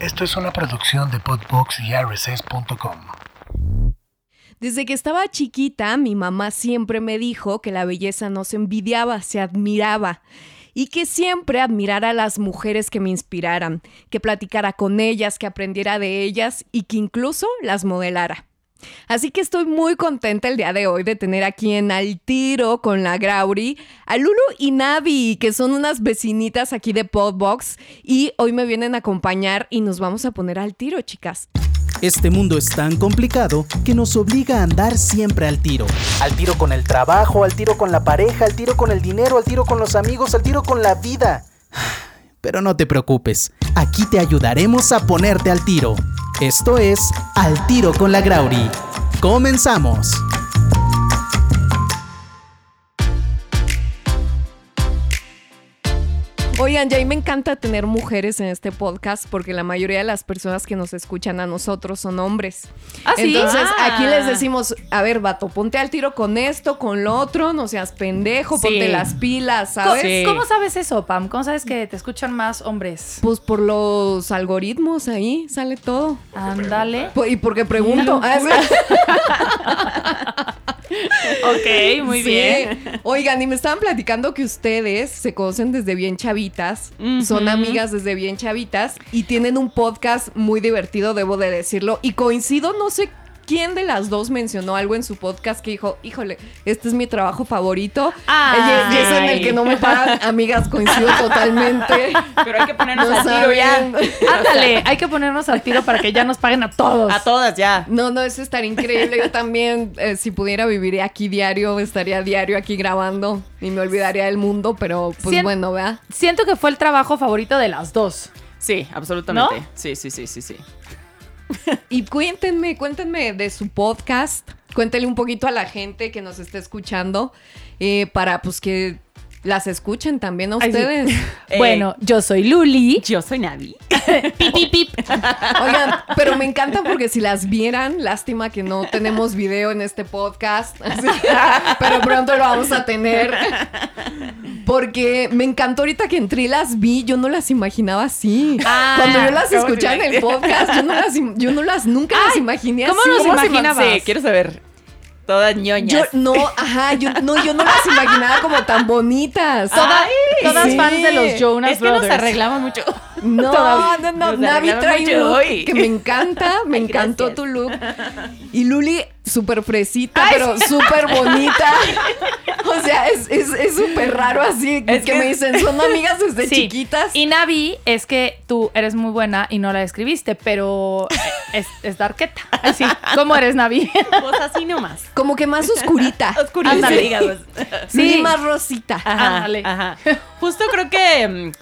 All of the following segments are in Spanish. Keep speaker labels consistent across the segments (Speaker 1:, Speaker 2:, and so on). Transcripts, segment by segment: Speaker 1: Esto es una producción de Podbox y RSS.com.
Speaker 2: Desde que estaba chiquita, mi mamá siempre me dijo que la belleza no se envidiaba, se admiraba. Y que siempre admirara a las mujeres que me inspiraran, que platicara con ellas, que aprendiera de ellas y que incluso las modelara. Así que estoy muy contenta el día de hoy de tener aquí en Al Tiro con la Grauri a Lulu y Navi, que son unas vecinitas aquí de Podbox y hoy me vienen a acompañar y nos vamos a poner al tiro, chicas.
Speaker 3: Este mundo es tan complicado que nos obliga a andar siempre al tiro. Al tiro con el trabajo, al tiro con la pareja, al tiro con el dinero, al tiro con los amigos, al tiro con la vida. Pero no te preocupes, aquí te ayudaremos a ponerte al tiro. Esto es Al Tiro con la Grauri. ¡Comenzamos!
Speaker 2: Oigan, ya me encanta tener mujeres en este podcast porque la mayoría de las personas que nos escuchan a nosotros son hombres.
Speaker 4: ¿Ah, sí?
Speaker 2: Entonces
Speaker 4: Ah.
Speaker 2: aquí les decimos, a ver, vato, ponte al tiro con esto, con lo otro, no seas pendejo,
Speaker 4: Sí.
Speaker 2: ponte las pilas,
Speaker 4: ¿Cómo,
Speaker 2: ¿sabes?
Speaker 4: cómo sabes eso, Pam? ¿Cómo sabes que te escuchan más hombres?
Speaker 2: Pues por los algoritmos ahí sale todo.
Speaker 4: Ándale.
Speaker 2: Po- Pues, Y porque pregunto. Ah,
Speaker 4: pues.
Speaker 2: sí.
Speaker 4: Ok, muy
Speaker 2: Sí.
Speaker 4: bien.
Speaker 2: Oigan, y me estaban platicando que ustedes se conocen desde bien chavitas, son amigas desde bien chavitas y tienen un podcast muy divertido, debo de decirlo. Y coincido, no sé quién de las dos mencionó algo en su podcast que dijo, híjole, este es mi trabajo favorito.
Speaker 4: Ay.
Speaker 2: Y- y es en el que no me pagan. Amigas, coincido totalmente.
Speaker 5: Pero hay que ponernos
Speaker 4: pues
Speaker 2: No
Speaker 5: al tiro ya.
Speaker 2: saben.
Speaker 4: Ándale, hay que ponernos al tiro para que ya nos paguen a todos.
Speaker 5: A todas ya.
Speaker 2: No, no, eso estaría increíble. Yo también, eh, si pudiera vivir aquí diario, estaría diario aquí grabando y me olvidaría del mundo, pero pues
Speaker 4: Cien-
Speaker 2: bueno, vea.
Speaker 4: Siento que fue el trabajo favorito de las dos.
Speaker 5: Sí, absolutamente.
Speaker 4: ¿No?
Speaker 5: Sí, sí, sí, sí, sí.
Speaker 2: Y cuéntenme, cuéntenme de su podcast. Cuéntenle un poquito a la gente que nos está escuchando eh, para pues que las escuchen también a
Speaker 4: Ay, sí.
Speaker 2: ustedes.
Speaker 5: Eh,
Speaker 4: bueno, yo soy Luli.
Speaker 5: Yo soy Navi.
Speaker 4: Pip, pip, pip.
Speaker 2: Oigan, pero me encanta porque si las vieran, lástima que no tenemos video en este podcast, así, pero pronto lo vamos a tener. Porque me encantó ahorita que entré y las vi, yo no las imaginaba así.
Speaker 4: Ah,
Speaker 2: Cuando yo las
Speaker 5: ¿cómo
Speaker 2: escuchaba
Speaker 5: se
Speaker 2: en el podcast, yo no las, im- yo no las nunca las imaginé
Speaker 4: ¿cómo
Speaker 2: así.
Speaker 4: los
Speaker 5: se ima-
Speaker 4: imaginabas?
Speaker 5: Sí, quiero saber. Todas ñoñas.
Speaker 2: Yo no, ajá, yo no, yo no las imaginaba como tan bonitas.
Speaker 4: Todas,
Speaker 5: Ay,
Speaker 4: todas
Speaker 2: sí.
Speaker 4: fans de los Jonas
Speaker 5: es que
Speaker 4: Brothers.
Speaker 5: nos arreglamos mucho.
Speaker 2: No,
Speaker 5: Todas-
Speaker 2: no, no.
Speaker 5: nos
Speaker 2: Navi
Speaker 5: arreglaron
Speaker 2: trae
Speaker 5: mucho
Speaker 2: un look
Speaker 5: hoy.
Speaker 2: que me encanta. Me
Speaker 5: Ay,
Speaker 2: encantó
Speaker 5: gracias.
Speaker 2: tu look. Y Luli, súper fresita, pero súper bonita. O sea, es es- es súper raro así.
Speaker 5: Es
Speaker 2: que,
Speaker 5: que-
Speaker 2: me dicen, son amigas desde
Speaker 4: Sí.
Speaker 2: chiquitas.
Speaker 4: Y Navi es que tú eres muy buena y no la escribiste, pero eh, es, es darketa. Así, ¿cómo eres Navi?
Speaker 5: Pues así nomás.
Speaker 2: Como que más oscurita.
Speaker 5: Oscuritas,
Speaker 4: Ándale.
Speaker 5: digamos.
Speaker 2: Sí, más rosita.
Speaker 5: Ajá,
Speaker 4: Ándale.
Speaker 5: ajá. Justo creo que mm,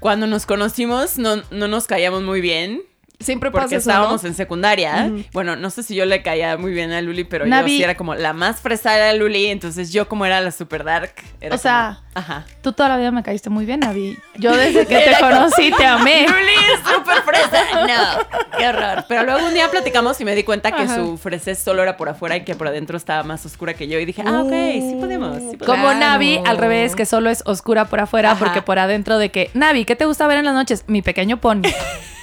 Speaker 5: cuando nos conocimos no, no nos caíamos muy bien.
Speaker 2: Siempre pasa
Speaker 5: Porque
Speaker 2: eso,
Speaker 5: estábamos
Speaker 2: ¿no?
Speaker 5: en secundaria. Bueno, no sé si yo le caía muy bien a Luli, pero
Speaker 4: Navi-
Speaker 5: yo sí era como la más fresada de Luli. Entonces yo como era la super dark. era
Speaker 4: O sea,
Speaker 5: como- ajá.
Speaker 4: Tú toda la vida me caíste muy bien, Navi. Yo desde que te conocí te amé.
Speaker 5: Luli es súper fresa. No, qué horror. Pero luego un día platicamos y me di cuenta que
Speaker 4: Ajá.
Speaker 5: su fresez solo era por afuera y que por adentro estaba más oscura que yo. Y dije, ah, ok, sí podemos. Sí podemos.
Speaker 4: Como
Speaker 2: Claro.
Speaker 4: Navi, al revés, que solo es oscura por afuera,
Speaker 5: Ajá.
Speaker 4: porque por adentro de que, Navi, ¿qué te gusta ver en las noches? Mi pequeño pony.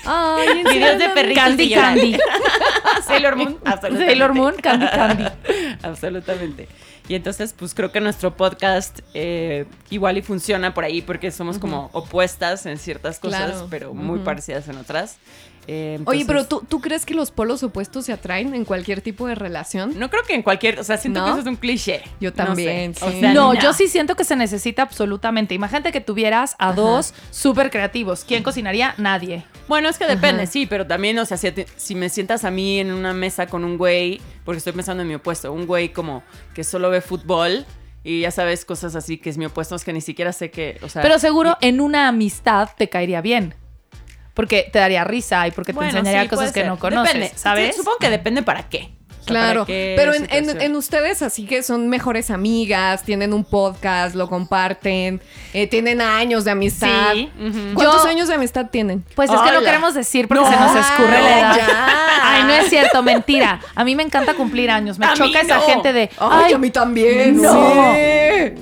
Speaker 2: Ay, en
Speaker 5: Videos de
Speaker 2: serio,
Speaker 5: perritos
Speaker 4: Candy
Speaker 5: y llorar.
Speaker 4: Candy.
Speaker 5: Sailor Moon. Absolutamente.
Speaker 4: Sailor Moon, Candy Candy.
Speaker 5: Absolutamente. Y entonces, pues creo que nuestro podcast eh, igual y funciona por ahí porque somos como opuestas en ciertas cosas,
Speaker 2: Claro.
Speaker 5: pero muy parecidas en otras. Eh,
Speaker 2: Oye,
Speaker 5: entonces,
Speaker 2: pero ¿tú, ¿tú crees que los polos opuestos se atraen en cualquier tipo de relación?
Speaker 5: No creo que en cualquier. O sea, siento
Speaker 2: ¿No?
Speaker 5: que eso es un cliché.
Speaker 2: Yo
Speaker 5: No sé.
Speaker 2: también,
Speaker 5: O
Speaker 2: sí.
Speaker 5: sea,
Speaker 4: No, yo sí siento que se necesita absolutamente. Imagínate que tuvieras a dos súper creativos. ¿Quién cocinaría? Nadie.
Speaker 5: Bueno, es que depende,
Speaker 2: Ajá.
Speaker 5: sí, pero también, o sea, si, te- si me sientas a mí en una mesa con un güey, porque estoy pensando en mi opuesto, un güey como que solo ve fútbol y ya sabes cosas así que es mi opuesto, es que ni siquiera sé que, o sea,
Speaker 4: Pero seguro en una amistad te caería bien. Porque te daría risa y porque te
Speaker 5: Bueno,
Speaker 4: enseñaría
Speaker 5: sí,
Speaker 4: cosas
Speaker 5: puede
Speaker 4: que
Speaker 5: ser.
Speaker 4: no conoces,
Speaker 5: Depende.
Speaker 4: ¿sabes?
Speaker 5: Sí, Supongo que depende para qué. O sea,
Speaker 2: Claro,
Speaker 5: para qué
Speaker 2: pero en, en-
Speaker 5: situación.
Speaker 2: en ustedes así que son mejores amigas, tienen un podcast, lo comparten, eh, tienen años de amistad. Mm.
Speaker 4: Sí.
Speaker 5: Ujú.
Speaker 2: ¿Cuántos
Speaker 4: Yo-
Speaker 2: años de amistad tienen?
Speaker 4: Pues es que no
Speaker 5: Hola.
Speaker 4: queremos decir porque
Speaker 5: No,
Speaker 4: se nos escurre la edad.
Speaker 2: ya.
Speaker 4: Ay, no es cierto, mentira. A mí me encanta cumplir años. Me
Speaker 5: A mí
Speaker 4: choca esa
Speaker 5: no.
Speaker 4: gente de.
Speaker 2: Ay,
Speaker 4: Ay,
Speaker 2: a mí también.
Speaker 4: no.
Speaker 2: sí.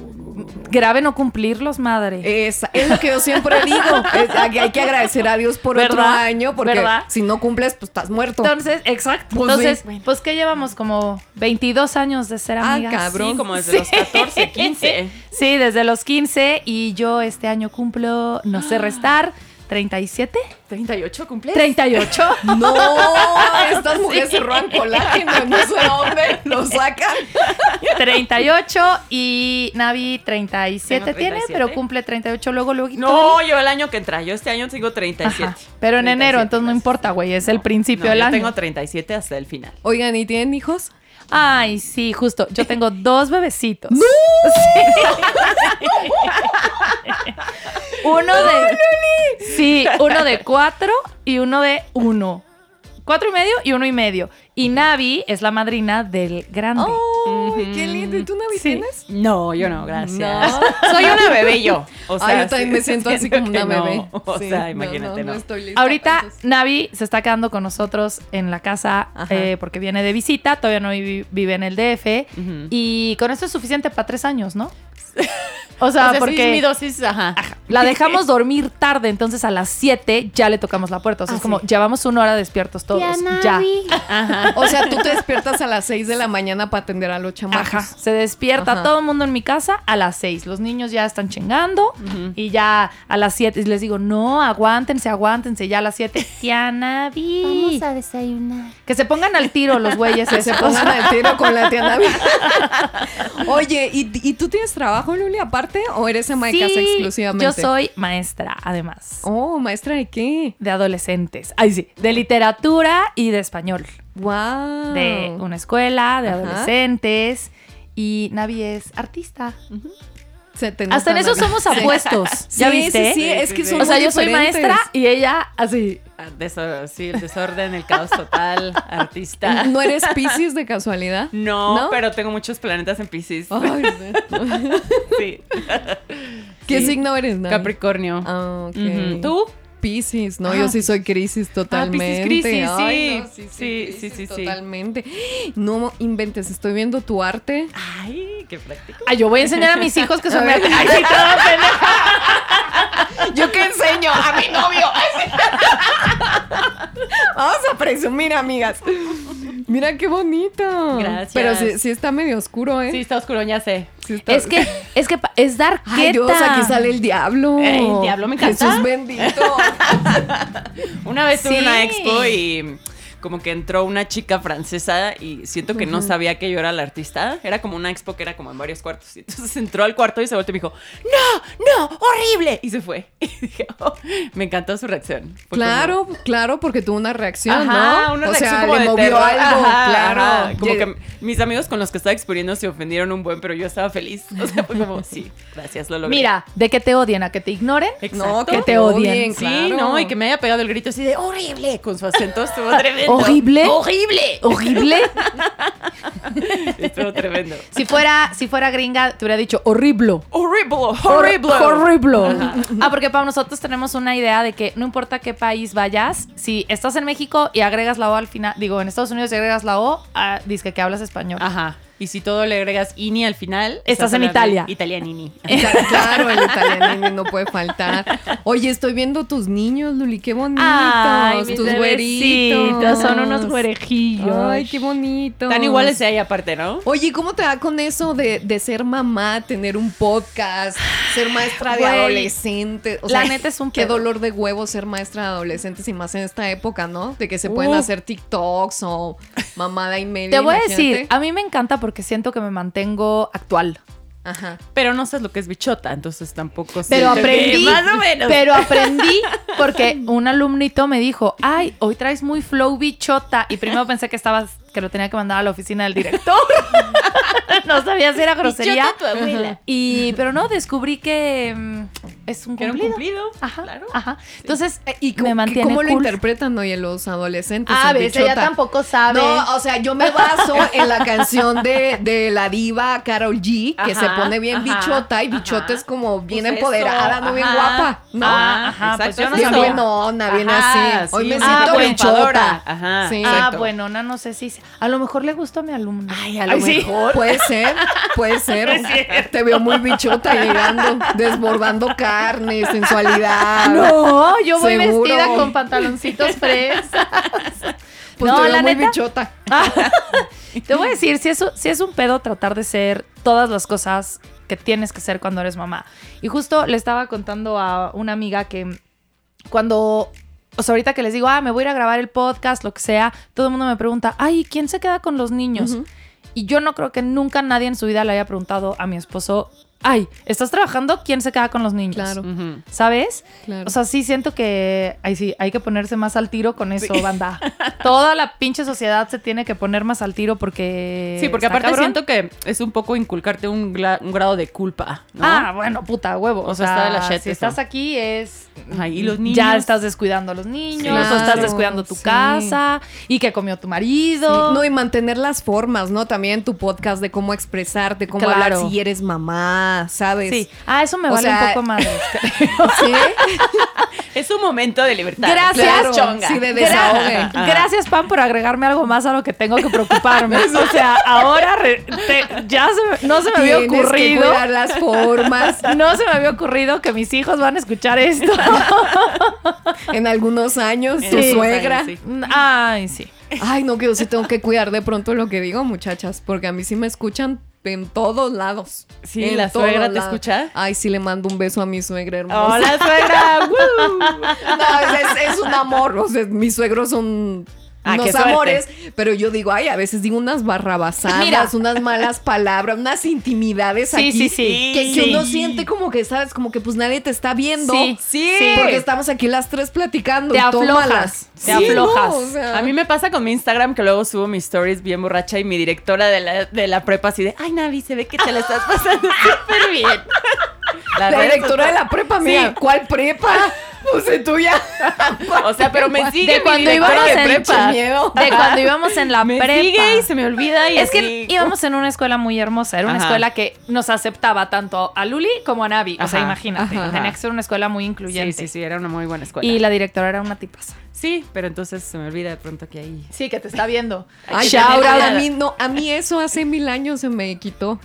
Speaker 4: Grave no cumplirlos, madre.
Speaker 2: Esa- es lo que yo siempre digo. Es- hay, hay que agradecer a Dios por otro
Speaker 4: ¿Verdad?
Speaker 2: año, porque
Speaker 4: ¿Verdad?
Speaker 2: si no cumples, pues estás muerto.
Speaker 4: Entonces, exacto.
Speaker 2: Pues sí.
Speaker 4: Entonces, pues que llevamos como 22 años de ser
Speaker 2: Ah,
Speaker 4: amigas.
Speaker 2: cabrón.
Speaker 5: Sí, como desde los 14, 15.
Speaker 4: Sí, desde los 15 y yo este año cumplo, no
Speaker 5: Ah.
Speaker 4: sé restar, 37,
Speaker 5: ¿38 cumple?
Speaker 4: 38.
Speaker 2: No, estas mujeres se roban colágeno, no sé dónde lo sacan.
Speaker 4: 38 y Navi 37,
Speaker 5: Tengo
Speaker 4: tiene,
Speaker 5: 37.
Speaker 4: pero cumple 38 luego luego.
Speaker 5: No, yo el año que entra. Yo este año tengo 37.
Speaker 4: Ajá, Pero en enero,
Speaker 5: 37,
Speaker 4: entonces no
Speaker 5: gracias.
Speaker 4: importa, güey, es el principio
Speaker 5: No,
Speaker 4: del
Speaker 5: yo
Speaker 4: año.
Speaker 5: tengo 37 hasta el final.
Speaker 2: Oigan, ¿y tienen hijos?
Speaker 4: Ay, sí, justo. Yo tengo dos bebecitos. Sí. uno de. Sí, uno de cuatro y uno de uno. Cuatro y medio y uno y medio. Y Navi es la madrina del grande.
Speaker 2: ¡Oh, qué lindo! ¿Y tú, Navi,
Speaker 4: Sí.
Speaker 2: tienes?
Speaker 5: No, yo no, gracias.
Speaker 2: No.
Speaker 5: Soy una bebé yo. O sea,
Speaker 2: Ay, Ah, yo también
Speaker 5: sí,
Speaker 2: me siento así como una
Speaker 5: que no.
Speaker 2: bebé.
Speaker 5: O
Speaker 2: Sí,
Speaker 5: sea, imagínate, no.
Speaker 2: estoy lista
Speaker 4: Ahorita
Speaker 2: para eso.
Speaker 4: Navi se está quedando con nosotros en la casa
Speaker 2: Ajá.
Speaker 4: eh, porque viene de visita, todavía no vi- vive en el DF.
Speaker 5: Ujú.
Speaker 4: Y con eso es suficiente para tres años, ¿no? O
Speaker 5: O
Speaker 4: sea,
Speaker 5: sea, sí,
Speaker 4: porque...
Speaker 5: mi dosis, ajá.
Speaker 4: La dejamos dormir tarde, entonces a las 7 ya le tocamos la puerta. O sea, es como, llevamos una hora despiertos todos. Ya.
Speaker 2: O sea, tú te despiertas a las 6 de la mañana para atender a los chamacos.
Speaker 4: Ajá. Se despierta
Speaker 2: Ajá.
Speaker 4: todo el mundo en mi casa a las 6. Los niños ya están chingando y ya a las 7 les digo, no, aguántense, aguántense. Ya a las 7. Tiana, vi.
Speaker 6: Vamos a desayunar.
Speaker 4: Que se pongan al tiro los güeyes.
Speaker 2: Que se
Speaker 4: esos.
Speaker 2: pongan al tiro con la tía Navi. Oye, ¿y, y tú tienes trabajo, Luli, aparte? ¿O eres ama de
Speaker 4: Sí,
Speaker 2: casa exclusivamente?
Speaker 4: Yo soy maestra, además.
Speaker 2: Oh, maestra de qué?
Speaker 4: De adolescentes. Ay, sí. De literatura y de español.
Speaker 2: Wow.
Speaker 4: de una escuela de
Speaker 2: Ajá.
Speaker 4: adolescentes y Navi es artista.
Speaker 2: Se te
Speaker 4: Hasta en
Speaker 2: nota,
Speaker 4: eso
Speaker 2: Navi.
Speaker 4: somos
Speaker 2: Sí.
Speaker 4: apuestos.
Speaker 2: Sí,
Speaker 4: ¿Ya viste?
Speaker 2: Sí, sí, es que
Speaker 5: Sí, sí,
Speaker 2: son
Speaker 5: sí.
Speaker 4: O sea,
Speaker 2: muy
Speaker 4: yo soy
Speaker 2: diferentes.
Speaker 4: maestra y ella así.
Speaker 5: Ah, desor- sí, el desorden, el caos total, artista.
Speaker 2: ¿No eres Pisces de casualidad?
Speaker 5: No, Oh.
Speaker 2: ¿No?
Speaker 5: pero tengo muchos planetas en Pisces.
Speaker 2: Ay, no.
Speaker 5: Sí.
Speaker 2: ¿Qué
Speaker 5: Sí.
Speaker 2: signo eres, Navi?
Speaker 5: Capricornio.
Speaker 2: Ah, ok.
Speaker 5: Ujú. ¿Tú?
Speaker 2: Piscis, ¿no? Yo sí soy crisis totalmente.
Speaker 5: Ah, crisis,
Speaker 2: Ay,
Speaker 5: sí.
Speaker 2: no, sí,
Speaker 5: Sí,
Speaker 2: sí,
Speaker 5: sí,
Speaker 2: crisis
Speaker 5: sí, sí.
Speaker 2: Totalmente. No inventes, estoy viendo tu arte.
Speaker 5: Ay, qué práctico.
Speaker 4: Ay, "Ah, yo voy a enseñar a mis hijos que son.
Speaker 2: A ver.
Speaker 4: Ay, sí, toda pendeja.
Speaker 2: ¿Yo qué enseño? A mi novio. Vamos a presumir, amigas. Mira qué bonito.
Speaker 5: Gracias.
Speaker 2: Pero sí, sí está medio oscuro, ¿eh?
Speaker 5: Sí, está oscuro, ya sé.
Speaker 2: Sí está-
Speaker 4: Es que, es que pa- es dar
Speaker 2: Ay, Dios, aquí sale el diablo.
Speaker 5: Ey, el diablo me encanta.
Speaker 2: Jesús bendito.
Speaker 5: Una vez tuve
Speaker 4: Sí.
Speaker 5: una expo y como que entró una chica francesa y siento que no sabía que yo era la artista. Era como una expo que era como en varios cuartos. Y entonces entró al cuarto y se volteó y me dijo, no, no, horrible. Y se fue. Y dije, "Oh", me encantó su reacción. Fue
Speaker 2: Claro, claro, porque tuvo una reacción,
Speaker 5: Ajá,
Speaker 2: ¿no?
Speaker 5: una
Speaker 2: o
Speaker 5: reacción
Speaker 2: sea,
Speaker 5: como
Speaker 2: le
Speaker 5: de
Speaker 2: movió
Speaker 5: terror.
Speaker 2: algo,
Speaker 5: Ajá,
Speaker 2: claro.
Speaker 5: ajá. Como
Speaker 2: Ye-
Speaker 5: que mis amigos con los que estaba exponiendo se ofendieron un buen, pero yo estaba feliz. O sea, fue como, sí, gracias, lo logré.
Speaker 4: Mira, de que te odien a que te ignoren.
Speaker 5: Exacto.
Speaker 2: No, que
Speaker 4: te odien.
Speaker 5: Sí,
Speaker 2: claro.
Speaker 5: no, y que me haya pegado el grito así de horrible con su acento, estuvo tremendo.
Speaker 4: Horrible.
Speaker 5: Horrible.
Speaker 4: Horrible.
Speaker 5: Estuvo tremendo.
Speaker 4: Si fuera, si fuera gringa, te hubiera dicho horrible.
Speaker 5: Horrible, horrible.
Speaker 4: Horrible. Ah, porque para nosotros tenemos una idea de que no importa qué país vayas, si estás en México y agregas la O al final, digo, en Estados Unidos y agregas la O, ah, dice que hablas español.
Speaker 5: Ajá. Y si todo le agregas ini al final,
Speaker 4: Estás en
Speaker 5: hablando
Speaker 4: Italia.
Speaker 5: Italianini.
Speaker 2: Cla- Claro, el italianini no puede faltar. Oye, estoy viendo tus niños, Luli, qué bonitos.
Speaker 4: Ay, mis
Speaker 2: tus
Speaker 4: bebecitos,
Speaker 2: güeritos.
Speaker 4: son unos güerejillos.
Speaker 2: Ay, qué bonito.
Speaker 5: Tan iguales de ahí aparte, ¿no?
Speaker 2: Oye, ¿y ¿cómo te va con eso de, de ser mamá, tener un podcast, ser maestra de
Speaker 4: Güey,
Speaker 2: adolescentes? O
Speaker 4: la
Speaker 2: sea,
Speaker 4: neta es un
Speaker 2: qué
Speaker 4: pedo.
Speaker 2: dolor de huevo ser maestra de adolescentes y más en esta época, ¿no? De que se pueden
Speaker 5: Uh.
Speaker 2: hacer TikToks o mamada y media.
Speaker 4: Te voy a
Speaker 2: imagínate.
Speaker 4: decir, a mí me encanta porque siento que me mantengo actual.
Speaker 2: Ajá.
Speaker 5: Pero no sabes lo que es bichota, entonces tampoco sé.
Speaker 4: Pero
Speaker 5: Te-
Speaker 4: aprendí,
Speaker 5: Más o menos.
Speaker 4: pero aprendí porque un alumnito me dijo, ay, hoy traes muy flow bichota. Y primero pensé que estabas, que lo tenía que mandar a la oficina del director. no sabía si era grosería. Y, pero no, descubrí que mm, es un
Speaker 5: Que era un
Speaker 4: cumplido.
Speaker 5: cumplido.
Speaker 4: Ajá,
Speaker 5: Claro.
Speaker 4: ajá. Entonces,
Speaker 2: ¿Y
Speaker 4: me
Speaker 2: cómo-
Speaker 4: mantiene
Speaker 2: cómo lo
Speaker 4: cool.
Speaker 2: interpretan hoy los adolescentes?
Speaker 4: Ah,
Speaker 2: el
Speaker 4: ves, ella
Speaker 2: bichota?
Speaker 4: tampoco sabe.
Speaker 2: No, o sea, yo me baso en la canción de, de la diva Carol G, que
Speaker 5: Ajá,
Speaker 2: se pone bien
Speaker 5: ajá,
Speaker 2: bichota y bichota
Speaker 5: ajá.
Speaker 2: es como bien
Speaker 5: Pues eso,
Speaker 2: empoderada, no bien
Speaker 5: ajá.
Speaker 2: guapa, ¿no?
Speaker 5: Ah,
Speaker 4: Ajá,
Speaker 5: exacto.
Speaker 4: pues yo no
Speaker 2: bien
Speaker 4: sabía.
Speaker 2: buenona, bien
Speaker 5: Ajá,
Speaker 2: así. Hoy
Speaker 5: sí,
Speaker 2: me
Speaker 5: una
Speaker 2: siento
Speaker 5: triunfadora.
Speaker 2: bichota.
Speaker 5: Ajá.
Speaker 2: Sí.
Speaker 4: Ah,
Speaker 5: exacto.
Speaker 4: bueno, no, no sé si A lo mejor le gustó a mi alumno.
Speaker 2: Ay, a lo
Speaker 4: Ay, sí.
Speaker 2: mejor. Puede ser, puede ser. Te veo muy bichota llegando, desbordando carne, sensualidad.
Speaker 4: Ah, No, yo voy
Speaker 2: Seguro.
Speaker 4: vestida con pantaloncitos fresas.
Speaker 2: pues
Speaker 4: no,
Speaker 2: te veo
Speaker 4: la
Speaker 2: muy
Speaker 4: neta.
Speaker 2: bichota.
Speaker 4: Te voy a decir, si es, si es un pedo tratar de ser todas las cosas que tienes que ser cuando eres mamá. Y justo le estaba contando a una amiga que cuando, o sea, ahorita que les digo, ah, me voy a ir a grabar el podcast, lo que sea, todo el mundo me pregunta, ay, ¿quién se queda con los niños? Y yo no creo que nunca nadie en su vida le haya preguntado a mi esposo, ay, ¿estás trabajando? ¿Quién se queda con los niños?
Speaker 2: Claro.
Speaker 5: Ujú.
Speaker 4: ¿Sabes?
Speaker 2: Claro.
Speaker 4: O sea, sí siento que ay, sí, hay que ponerse más al tiro con eso, banda. Toda la pinche sociedad se tiene que poner más al tiro porque.
Speaker 5: Sí, porque
Speaker 4: está
Speaker 5: aparte
Speaker 4: cabrón.
Speaker 5: siento que es un poco inculcarte un, gla- un grado de culpa, ¿no?
Speaker 4: Ah, bueno, puta, huevo.
Speaker 5: O sea, está de la shit
Speaker 4: si
Speaker 5: eso.
Speaker 4: estás aquí es.
Speaker 5: Ay, ¿y los niños?
Speaker 4: Ya estás descuidando a los niños,
Speaker 2: Claro,
Speaker 4: o estás descuidando tu
Speaker 2: sí.
Speaker 4: casa, y que comió tu marido.
Speaker 2: No, y mantener las formas, ¿no? También tu podcast de cómo expresarte, cómo hablar
Speaker 4: Claro.
Speaker 2: si eres mamá, ¿sabes?
Speaker 5: pues,
Speaker 4: sí. Ah, eso me
Speaker 2: O
Speaker 4: vale
Speaker 2: sea,
Speaker 4: un poco más.
Speaker 2: ¿Sí?
Speaker 5: Es un momento de libertad.
Speaker 2: Claro,
Speaker 4: Gracias,
Speaker 5: chonga.
Speaker 2: Sí, de desahogue.
Speaker 4: Gra- Gracias, Pam, por agregarme algo más a lo que tengo que preocuparme. O sea, ahora re- te- ya se me- no se me había
Speaker 2: Tienes que
Speaker 4: ocurrido.
Speaker 2: cuidar las formas.
Speaker 4: No se me había ocurrido que mis hijos van a escuchar esto.
Speaker 2: En algunos años,
Speaker 5: En
Speaker 2: tu
Speaker 5: algunos
Speaker 2: suegra.
Speaker 5: años, sí.
Speaker 4: Ay, sí.
Speaker 2: Ay, no, que yo sí tengo que cuidar de pronto lo que digo, muchachas, porque a mí sí me escuchan en todos lados.
Speaker 5: Sí,
Speaker 2: En
Speaker 5: ¿la
Speaker 2: todos
Speaker 5: suegra te escucha?
Speaker 2: Ay, sí, le mando un beso a mi suegra hermosa.
Speaker 5: Hola, suegra. ¡Woo!
Speaker 2: No, es, es- es un amor. O sea, mis suegros son
Speaker 5: Ah, qué
Speaker 2: unos
Speaker 5: suerte.
Speaker 2: amores. Pero yo digo, ay, a veces digo unas barrabasadas,
Speaker 4: Mira.
Speaker 2: unas malas palabras, unas intimidades
Speaker 4: Sí,
Speaker 2: aquí.
Speaker 4: sí, sí.
Speaker 2: Que, que
Speaker 4: Sí.
Speaker 2: uno siente como que, ¿sabes? Como que pues nadie te está viendo.
Speaker 4: Sí, sí.
Speaker 2: Porque estamos aquí las tres platicando.
Speaker 4: Te
Speaker 2: y tómalas.
Speaker 4: aflojas, te
Speaker 2: Sí, no,
Speaker 4: aflojas.
Speaker 2: o sea,
Speaker 5: A mí me pasa con mi Instagram que luego subo mis stories bien borracha y mi directora de la, de la prepa así de, ay, Navi, se ve que te la estás pasando súper bien.
Speaker 2: La
Speaker 5: red
Speaker 2: directora de la prepa, mía. ¿Cuál prepa? Pues de tuya.
Speaker 5: social- O sea, pero me sigue
Speaker 4: De
Speaker 5: mi
Speaker 4: cuando
Speaker 5: directora
Speaker 4: íbamos
Speaker 5: de
Speaker 4: en
Speaker 5: prepa.
Speaker 2: Qué miedo.
Speaker 4: De cuando íbamos en la
Speaker 5: Me
Speaker 4: prepa.
Speaker 5: sigue y se me olvida y
Speaker 4: es que
Speaker 5: así.
Speaker 4: íbamos en una escuela muy hermosa, era una
Speaker 5: Ajá.
Speaker 4: escuela que nos aceptaba tanto a Luli como a Navi. O sea,
Speaker 5: Ajá,
Speaker 4: imagínate,
Speaker 5: ajá,
Speaker 4: tenía
Speaker 5: ajá.
Speaker 4: que ser una escuela muy
Speaker 5: Sí,
Speaker 4: incluyente.
Speaker 5: sí, sí, era una muy buena escuela.
Speaker 4: Y la directora era una tipaza.
Speaker 5: Sí, pero entonces se me olvida de pronto que ahí.
Speaker 4: Sí, que te está viendo.
Speaker 2: Ay,
Speaker 5: Shout
Speaker 2: pero
Speaker 5: out.
Speaker 2: a mí no, a mí eso hace mil años se me quitó.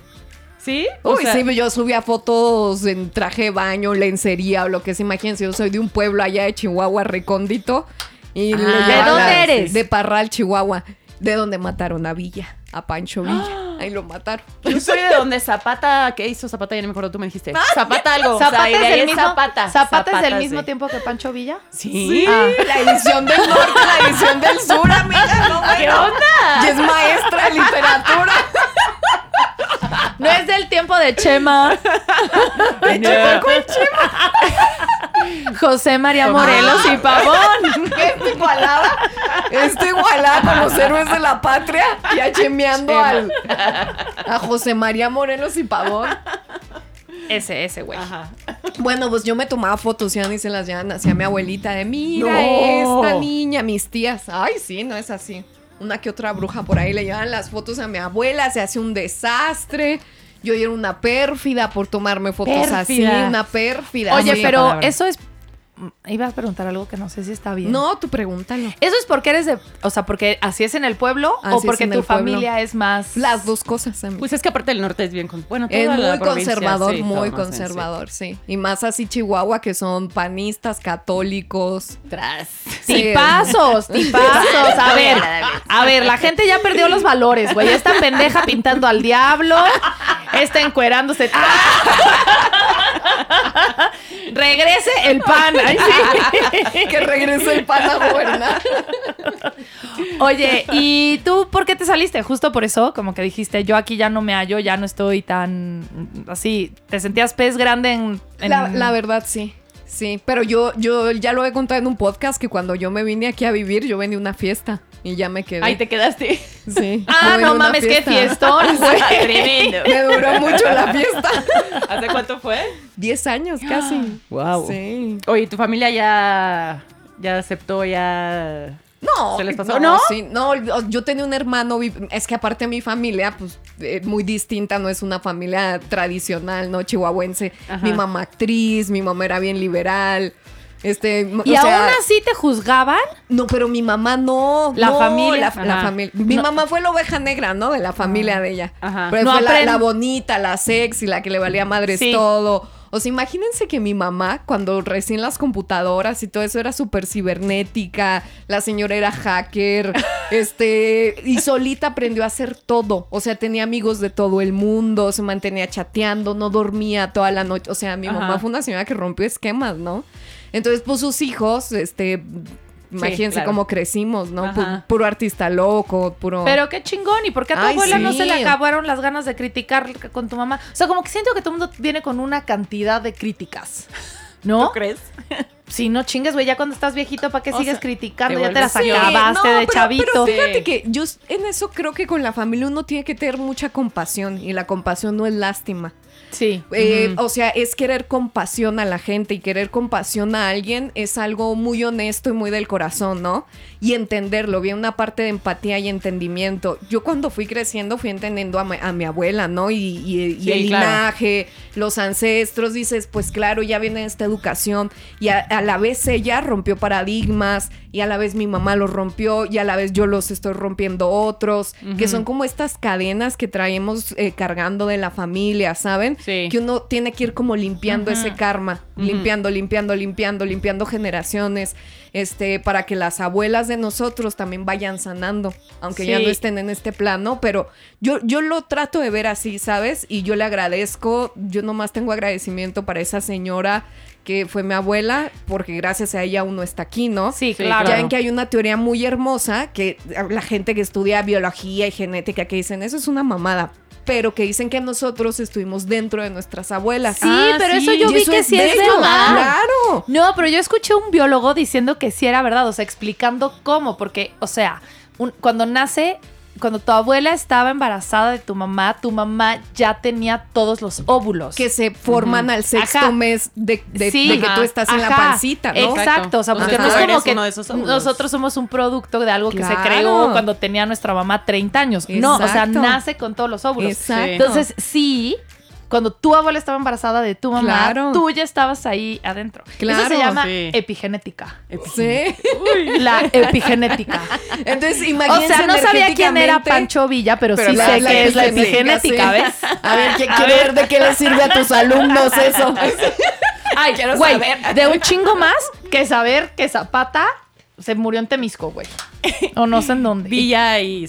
Speaker 5: ¿Sí? O
Speaker 2: Uy,
Speaker 5: sea,
Speaker 2: sí, yo subía fotos en traje de baño, lencería o lo que se imagínense. Yo soy de un pueblo allá de Chihuahua, recóndito. Y
Speaker 5: Ah,
Speaker 2: le
Speaker 5: ¿de
Speaker 2: llevaba
Speaker 4: dónde
Speaker 2: las-
Speaker 4: eres?
Speaker 2: De Parral, Chihuahua. De donde mataron a Villa, a Pancho Villa. Ahí lo mataron.
Speaker 5: Yo soy de donde Zapata, ¿qué hizo Zapata? Ya no me acuerdo, tú me dijiste. Zapata algo.
Speaker 4: Ah, Zapata,
Speaker 5: o sea, y de
Speaker 4: es
Speaker 5: ahí
Speaker 4: del
Speaker 5: es
Speaker 4: mismo,
Speaker 5: Zapata.
Speaker 4: Zapata es del
Speaker 5: sí.
Speaker 4: mismo tiempo que Pancho Villa.
Speaker 5: Sí.
Speaker 4: Ah.
Speaker 2: La edición del norte, la edición del sur, amiga. no,
Speaker 5: ¿Qué
Speaker 2: bueno.
Speaker 5: onda?
Speaker 2: Y es maestra de literatura.
Speaker 4: No es del tiempo de Chema. José María Morelos y Pavón.
Speaker 2: Este igualada. Este igualada con los héroes de la patria. Ya chemeando al, a José María Morelos y Pavón.
Speaker 4: Ese, ese, güey.
Speaker 5: Ajá.
Speaker 2: Bueno, pues yo me tomaba fotos y Ani se las llevan hacia mi abuelita de mira
Speaker 5: No.
Speaker 2: esta niña, mis tías. Ay, sí, no es así. Una que otra bruja por ahí le llevan las fotos a mi abuela, se hace un desastre. Yo era una pérfida por tomarme fotos así,
Speaker 4: Pérfida.
Speaker 2: una pérfida.
Speaker 4: Oye,
Speaker 2: Sí.
Speaker 4: pero
Speaker 5: palabra.
Speaker 4: eso es. Mm, Iba a preguntar algo que no sé si está bien.
Speaker 2: No, tú pregúntalo.
Speaker 4: Eso es porque eres de. O sea, porque así es en el pueblo
Speaker 2: Así
Speaker 4: o
Speaker 2: es
Speaker 4: porque
Speaker 2: en
Speaker 4: tu
Speaker 2: el pueblo.
Speaker 4: familia es más.
Speaker 2: Las dos cosas, amiga.
Speaker 5: Pues es que aparte el norte es bien con- bueno,
Speaker 2: Es
Speaker 5: toda la
Speaker 2: muy
Speaker 5: provincia,
Speaker 2: conservador,
Speaker 5: sí,
Speaker 2: muy
Speaker 5: todos, no sé, sí.
Speaker 2: conservador, sí. Y más así Chihuahua, que son panistas, católicos.
Speaker 5: Tras.
Speaker 4: Tipazos, tipazos. A ver, a ver, la gente ya perdió los valores, güey. Esta pendeja pintando al diablo, esta encuerándose. ¡Ah! Regrese el pan. Ay, sí.
Speaker 2: Que regrese el pan a gobernar.
Speaker 4: Oye, ¿y tú por qué te saliste? Justo por eso, como que dijiste, yo aquí ya no me hallo, ya no estoy tan mm, así. ¿Te sentías pez grande en...? en-
Speaker 2: La, la verdad, sí. Sí, pero yo, yo ya lo he contado en un podcast que cuando yo me vine aquí a vivir, yo venía a una fiesta y ya me quedé.
Speaker 5: Ahí te quedaste.
Speaker 2: Sí. yo
Speaker 4: Ah,
Speaker 2: vine a
Speaker 4: no
Speaker 2: una
Speaker 4: mames, qué fiestón, güey.
Speaker 5: Tremendo.
Speaker 2: Me duró mucho la fiesta.
Speaker 5: ¿Hace cuánto fue?
Speaker 2: Diez años casi.
Speaker 5: Wow.
Speaker 2: Sí.
Speaker 5: Oye, ¿tu familia ya ya aceptó ya
Speaker 2: No.
Speaker 5: ¿Se les pasó?
Speaker 2: No,
Speaker 5: ¿No?
Speaker 2: sí, no, yo tenía un hermano, vi- es que aparte mi familia, pues, eh, muy distinta, no es una familia tradicional, ¿no? Chihuahuense.
Speaker 5: Ajá.
Speaker 2: Mi mamá actriz, mi mamá era bien liberal. Este,
Speaker 4: Y
Speaker 2: o
Speaker 4: aún
Speaker 2: sea,
Speaker 4: así te juzgaban.
Speaker 2: No, pero mi mamá no.
Speaker 4: La
Speaker 2: no,
Speaker 4: familia.
Speaker 2: La, la
Speaker 4: Ajá.
Speaker 2: familia. Ah. Mi
Speaker 4: No.
Speaker 2: mamá fue la oveja negra, ¿no? De la familia de ella.
Speaker 5: Ajá.
Speaker 2: Pero
Speaker 4: No
Speaker 2: fue la,
Speaker 4: aprend-
Speaker 2: la bonita, la sexy, la que le valía madres
Speaker 4: Sí.
Speaker 2: todo. O sea, imagínense que mi mamá, cuando recién las computadoras y todo eso era súper cibernética, la señora era hacker, este, y solita aprendió a hacer todo. O sea, tenía amigos de todo el mundo, se mantenía chateando, no dormía toda la noche. O sea, mi mamá
Speaker 5: Ajá.
Speaker 2: fue una señora que rompió esquemas, ¿no? Entonces, pues sus hijos, este, imagínense
Speaker 5: claro.
Speaker 2: cómo crecimos, ¿no? Pu-
Speaker 5: Ajá.
Speaker 2: puro artista loco, puro...
Speaker 4: Pero qué chingón. ¿Y por qué a tu
Speaker 2: Ay,
Speaker 4: abuela no
Speaker 2: sí.
Speaker 4: se le acabaron las ganas de criticar con tu mamá? O sea, como que siento que todo el mundo viene con una cantidad de críticas. ¿No?
Speaker 5: ¿Tú crees?
Speaker 4: Si no chingues, güey, ya cuando estás viejito, ¿para qué
Speaker 5: O
Speaker 4: sigues
Speaker 5: sea,
Speaker 4: criticando?
Speaker 5: te
Speaker 4: Ya te las
Speaker 5: vuelves-
Speaker 2: Sí,
Speaker 4: acabaste
Speaker 2: no,
Speaker 4: de
Speaker 2: pero-
Speaker 4: chavito.
Speaker 2: Pero
Speaker 5: Sí.
Speaker 2: fíjate que yo s- en eso creo que con la familia uno tiene que tener mucha compasión y la compasión no es lástima.
Speaker 4: Sí.
Speaker 2: Eh, O sea, es querer compasión a la gente y querer compasión a alguien es algo muy honesto y muy del corazón, ¿no? Y entenderlo, bien una parte de empatía y entendimiento. Yo cuando fui creciendo fui entendiendo a mi, a mi abuela, ¿no? Y, y- y
Speaker 5: Sí,
Speaker 2: el
Speaker 5: claro.
Speaker 2: linaje, los ancestros, dices, pues claro, ya viene esta educación y a, a la vez ella rompió paradigmas y a la vez mi mamá los rompió y a la vez yo los estoy rompiendo otros, que son como estas cadenas que traemos eh, cargando de la familia, ¿saben?
Speaker 5: Sí.
Speaker 2: que uno tiene que ir como limpiando ese karma, limpiando, limpiando, limpiando, limpiando generaciones, este, para que las abuelas de nosotros también vayan sanando, aunque ya
Speaker 4: Sí.
Speaker 2: no estén en este plano, pero yo, yo lo trato de ver así, ¿sabes? Y yo le agradezco, yo nomás tengo agradecimiento para esa señora que fue mi abuela, porque gracias a ella uno está aquí, ¿no?
Speaker 4: Sí,
Speaker 5: Sí,
Speaker 4: claro.
Speaker 2: Ya ven que hay una teoría muy hermosa que la gente que estudia biología y genética que dicen eso es una mamada, pero que dicen que nosotros estuvimos dentro de nuestras abuelas.
Speaker 4: Sí,
Speaker 5: Ah,
Speaker 4: pero
Speaker 5: sí.
Speaker 4: eso yo
Speaker 2: Y
Speaker 4: vi
Speaker 2: eso
Speaker 4: que sí es
Speaker 2: bello,
Speaker 4: verdad.
Speaker 2: Claro.
Speaker 4: No, pero yo escuché un biólogo diciendo que sí era verdad, o sea, explicando cómo, porque, o sea, un- cuando nace, cuando tu abuela estaba embarazada de tu mamá, tu mamá ya tenía todos los óvulos.
Speaker 2: Que se forman al sexto
Speaker 4: Ajá.
Speaker 2: mes de, de-
Speaker 4: Sí.
Speaker 2: de que tú estás en la
Speaker 4: Ajá.
Speaker 2: pancita, ¿no?
Speaker 4: Exacto, o sea,
Speaker 5: Exacto.
Speaker 4: porque
Speaker 2: Ajá.
Speaker 4: no es
Speaker 5: Eres
Speaker 4: como que
Speaker 5: uno de esos óvulos.
Speaker 4: nosotros somos un producto de algo que
Speaker 2: Claro.
Speaker 4: se creó cuando tenía nuestra mamá 30 años. No, o sea,
Speaker 2: Exacto.
Speaker 4: nace con todos los óvulos.
Speaker 2: Exacto.
Speaker 4: Entonces, sí, cuando tu abuela estaba embarazada de tu mamá,
Speaker 2: Claro.
Speaker 4: tú ya estabas ahí adentro. Eso
Speaker 2: Claro.
Speaker 4: se llama
Speaker 5: Sí.
Speaker 4: epigenética.
Speaker 2: Sí.
Speaker 4: La epigenética.
Speaker 2: Entonces,
Speaker 4: o
Speaker 2: imagínense.
Speaker 4: sea, no sabía quién era
Speaker 2: energéticamente-
Speaker 4: Pancho Villa, pero,
Speaker 2: Pero
Speaker 4: sí
Speaker 2: la-
Speaker 4: sé
Speaker 2: la
Speaker 4: que es la
Speaker 2: epigenética,
Speaker 4: epigenética, ¿ves?
Speaker 2: A ver, que- quiero ver de qué le sirve a tus alumnos eso.
Speaker 4: Ay, güey, de un chingo más que saber que Zapata se murió en Temisco, güey. O no sé en dónde.
Speaker 5: Villa y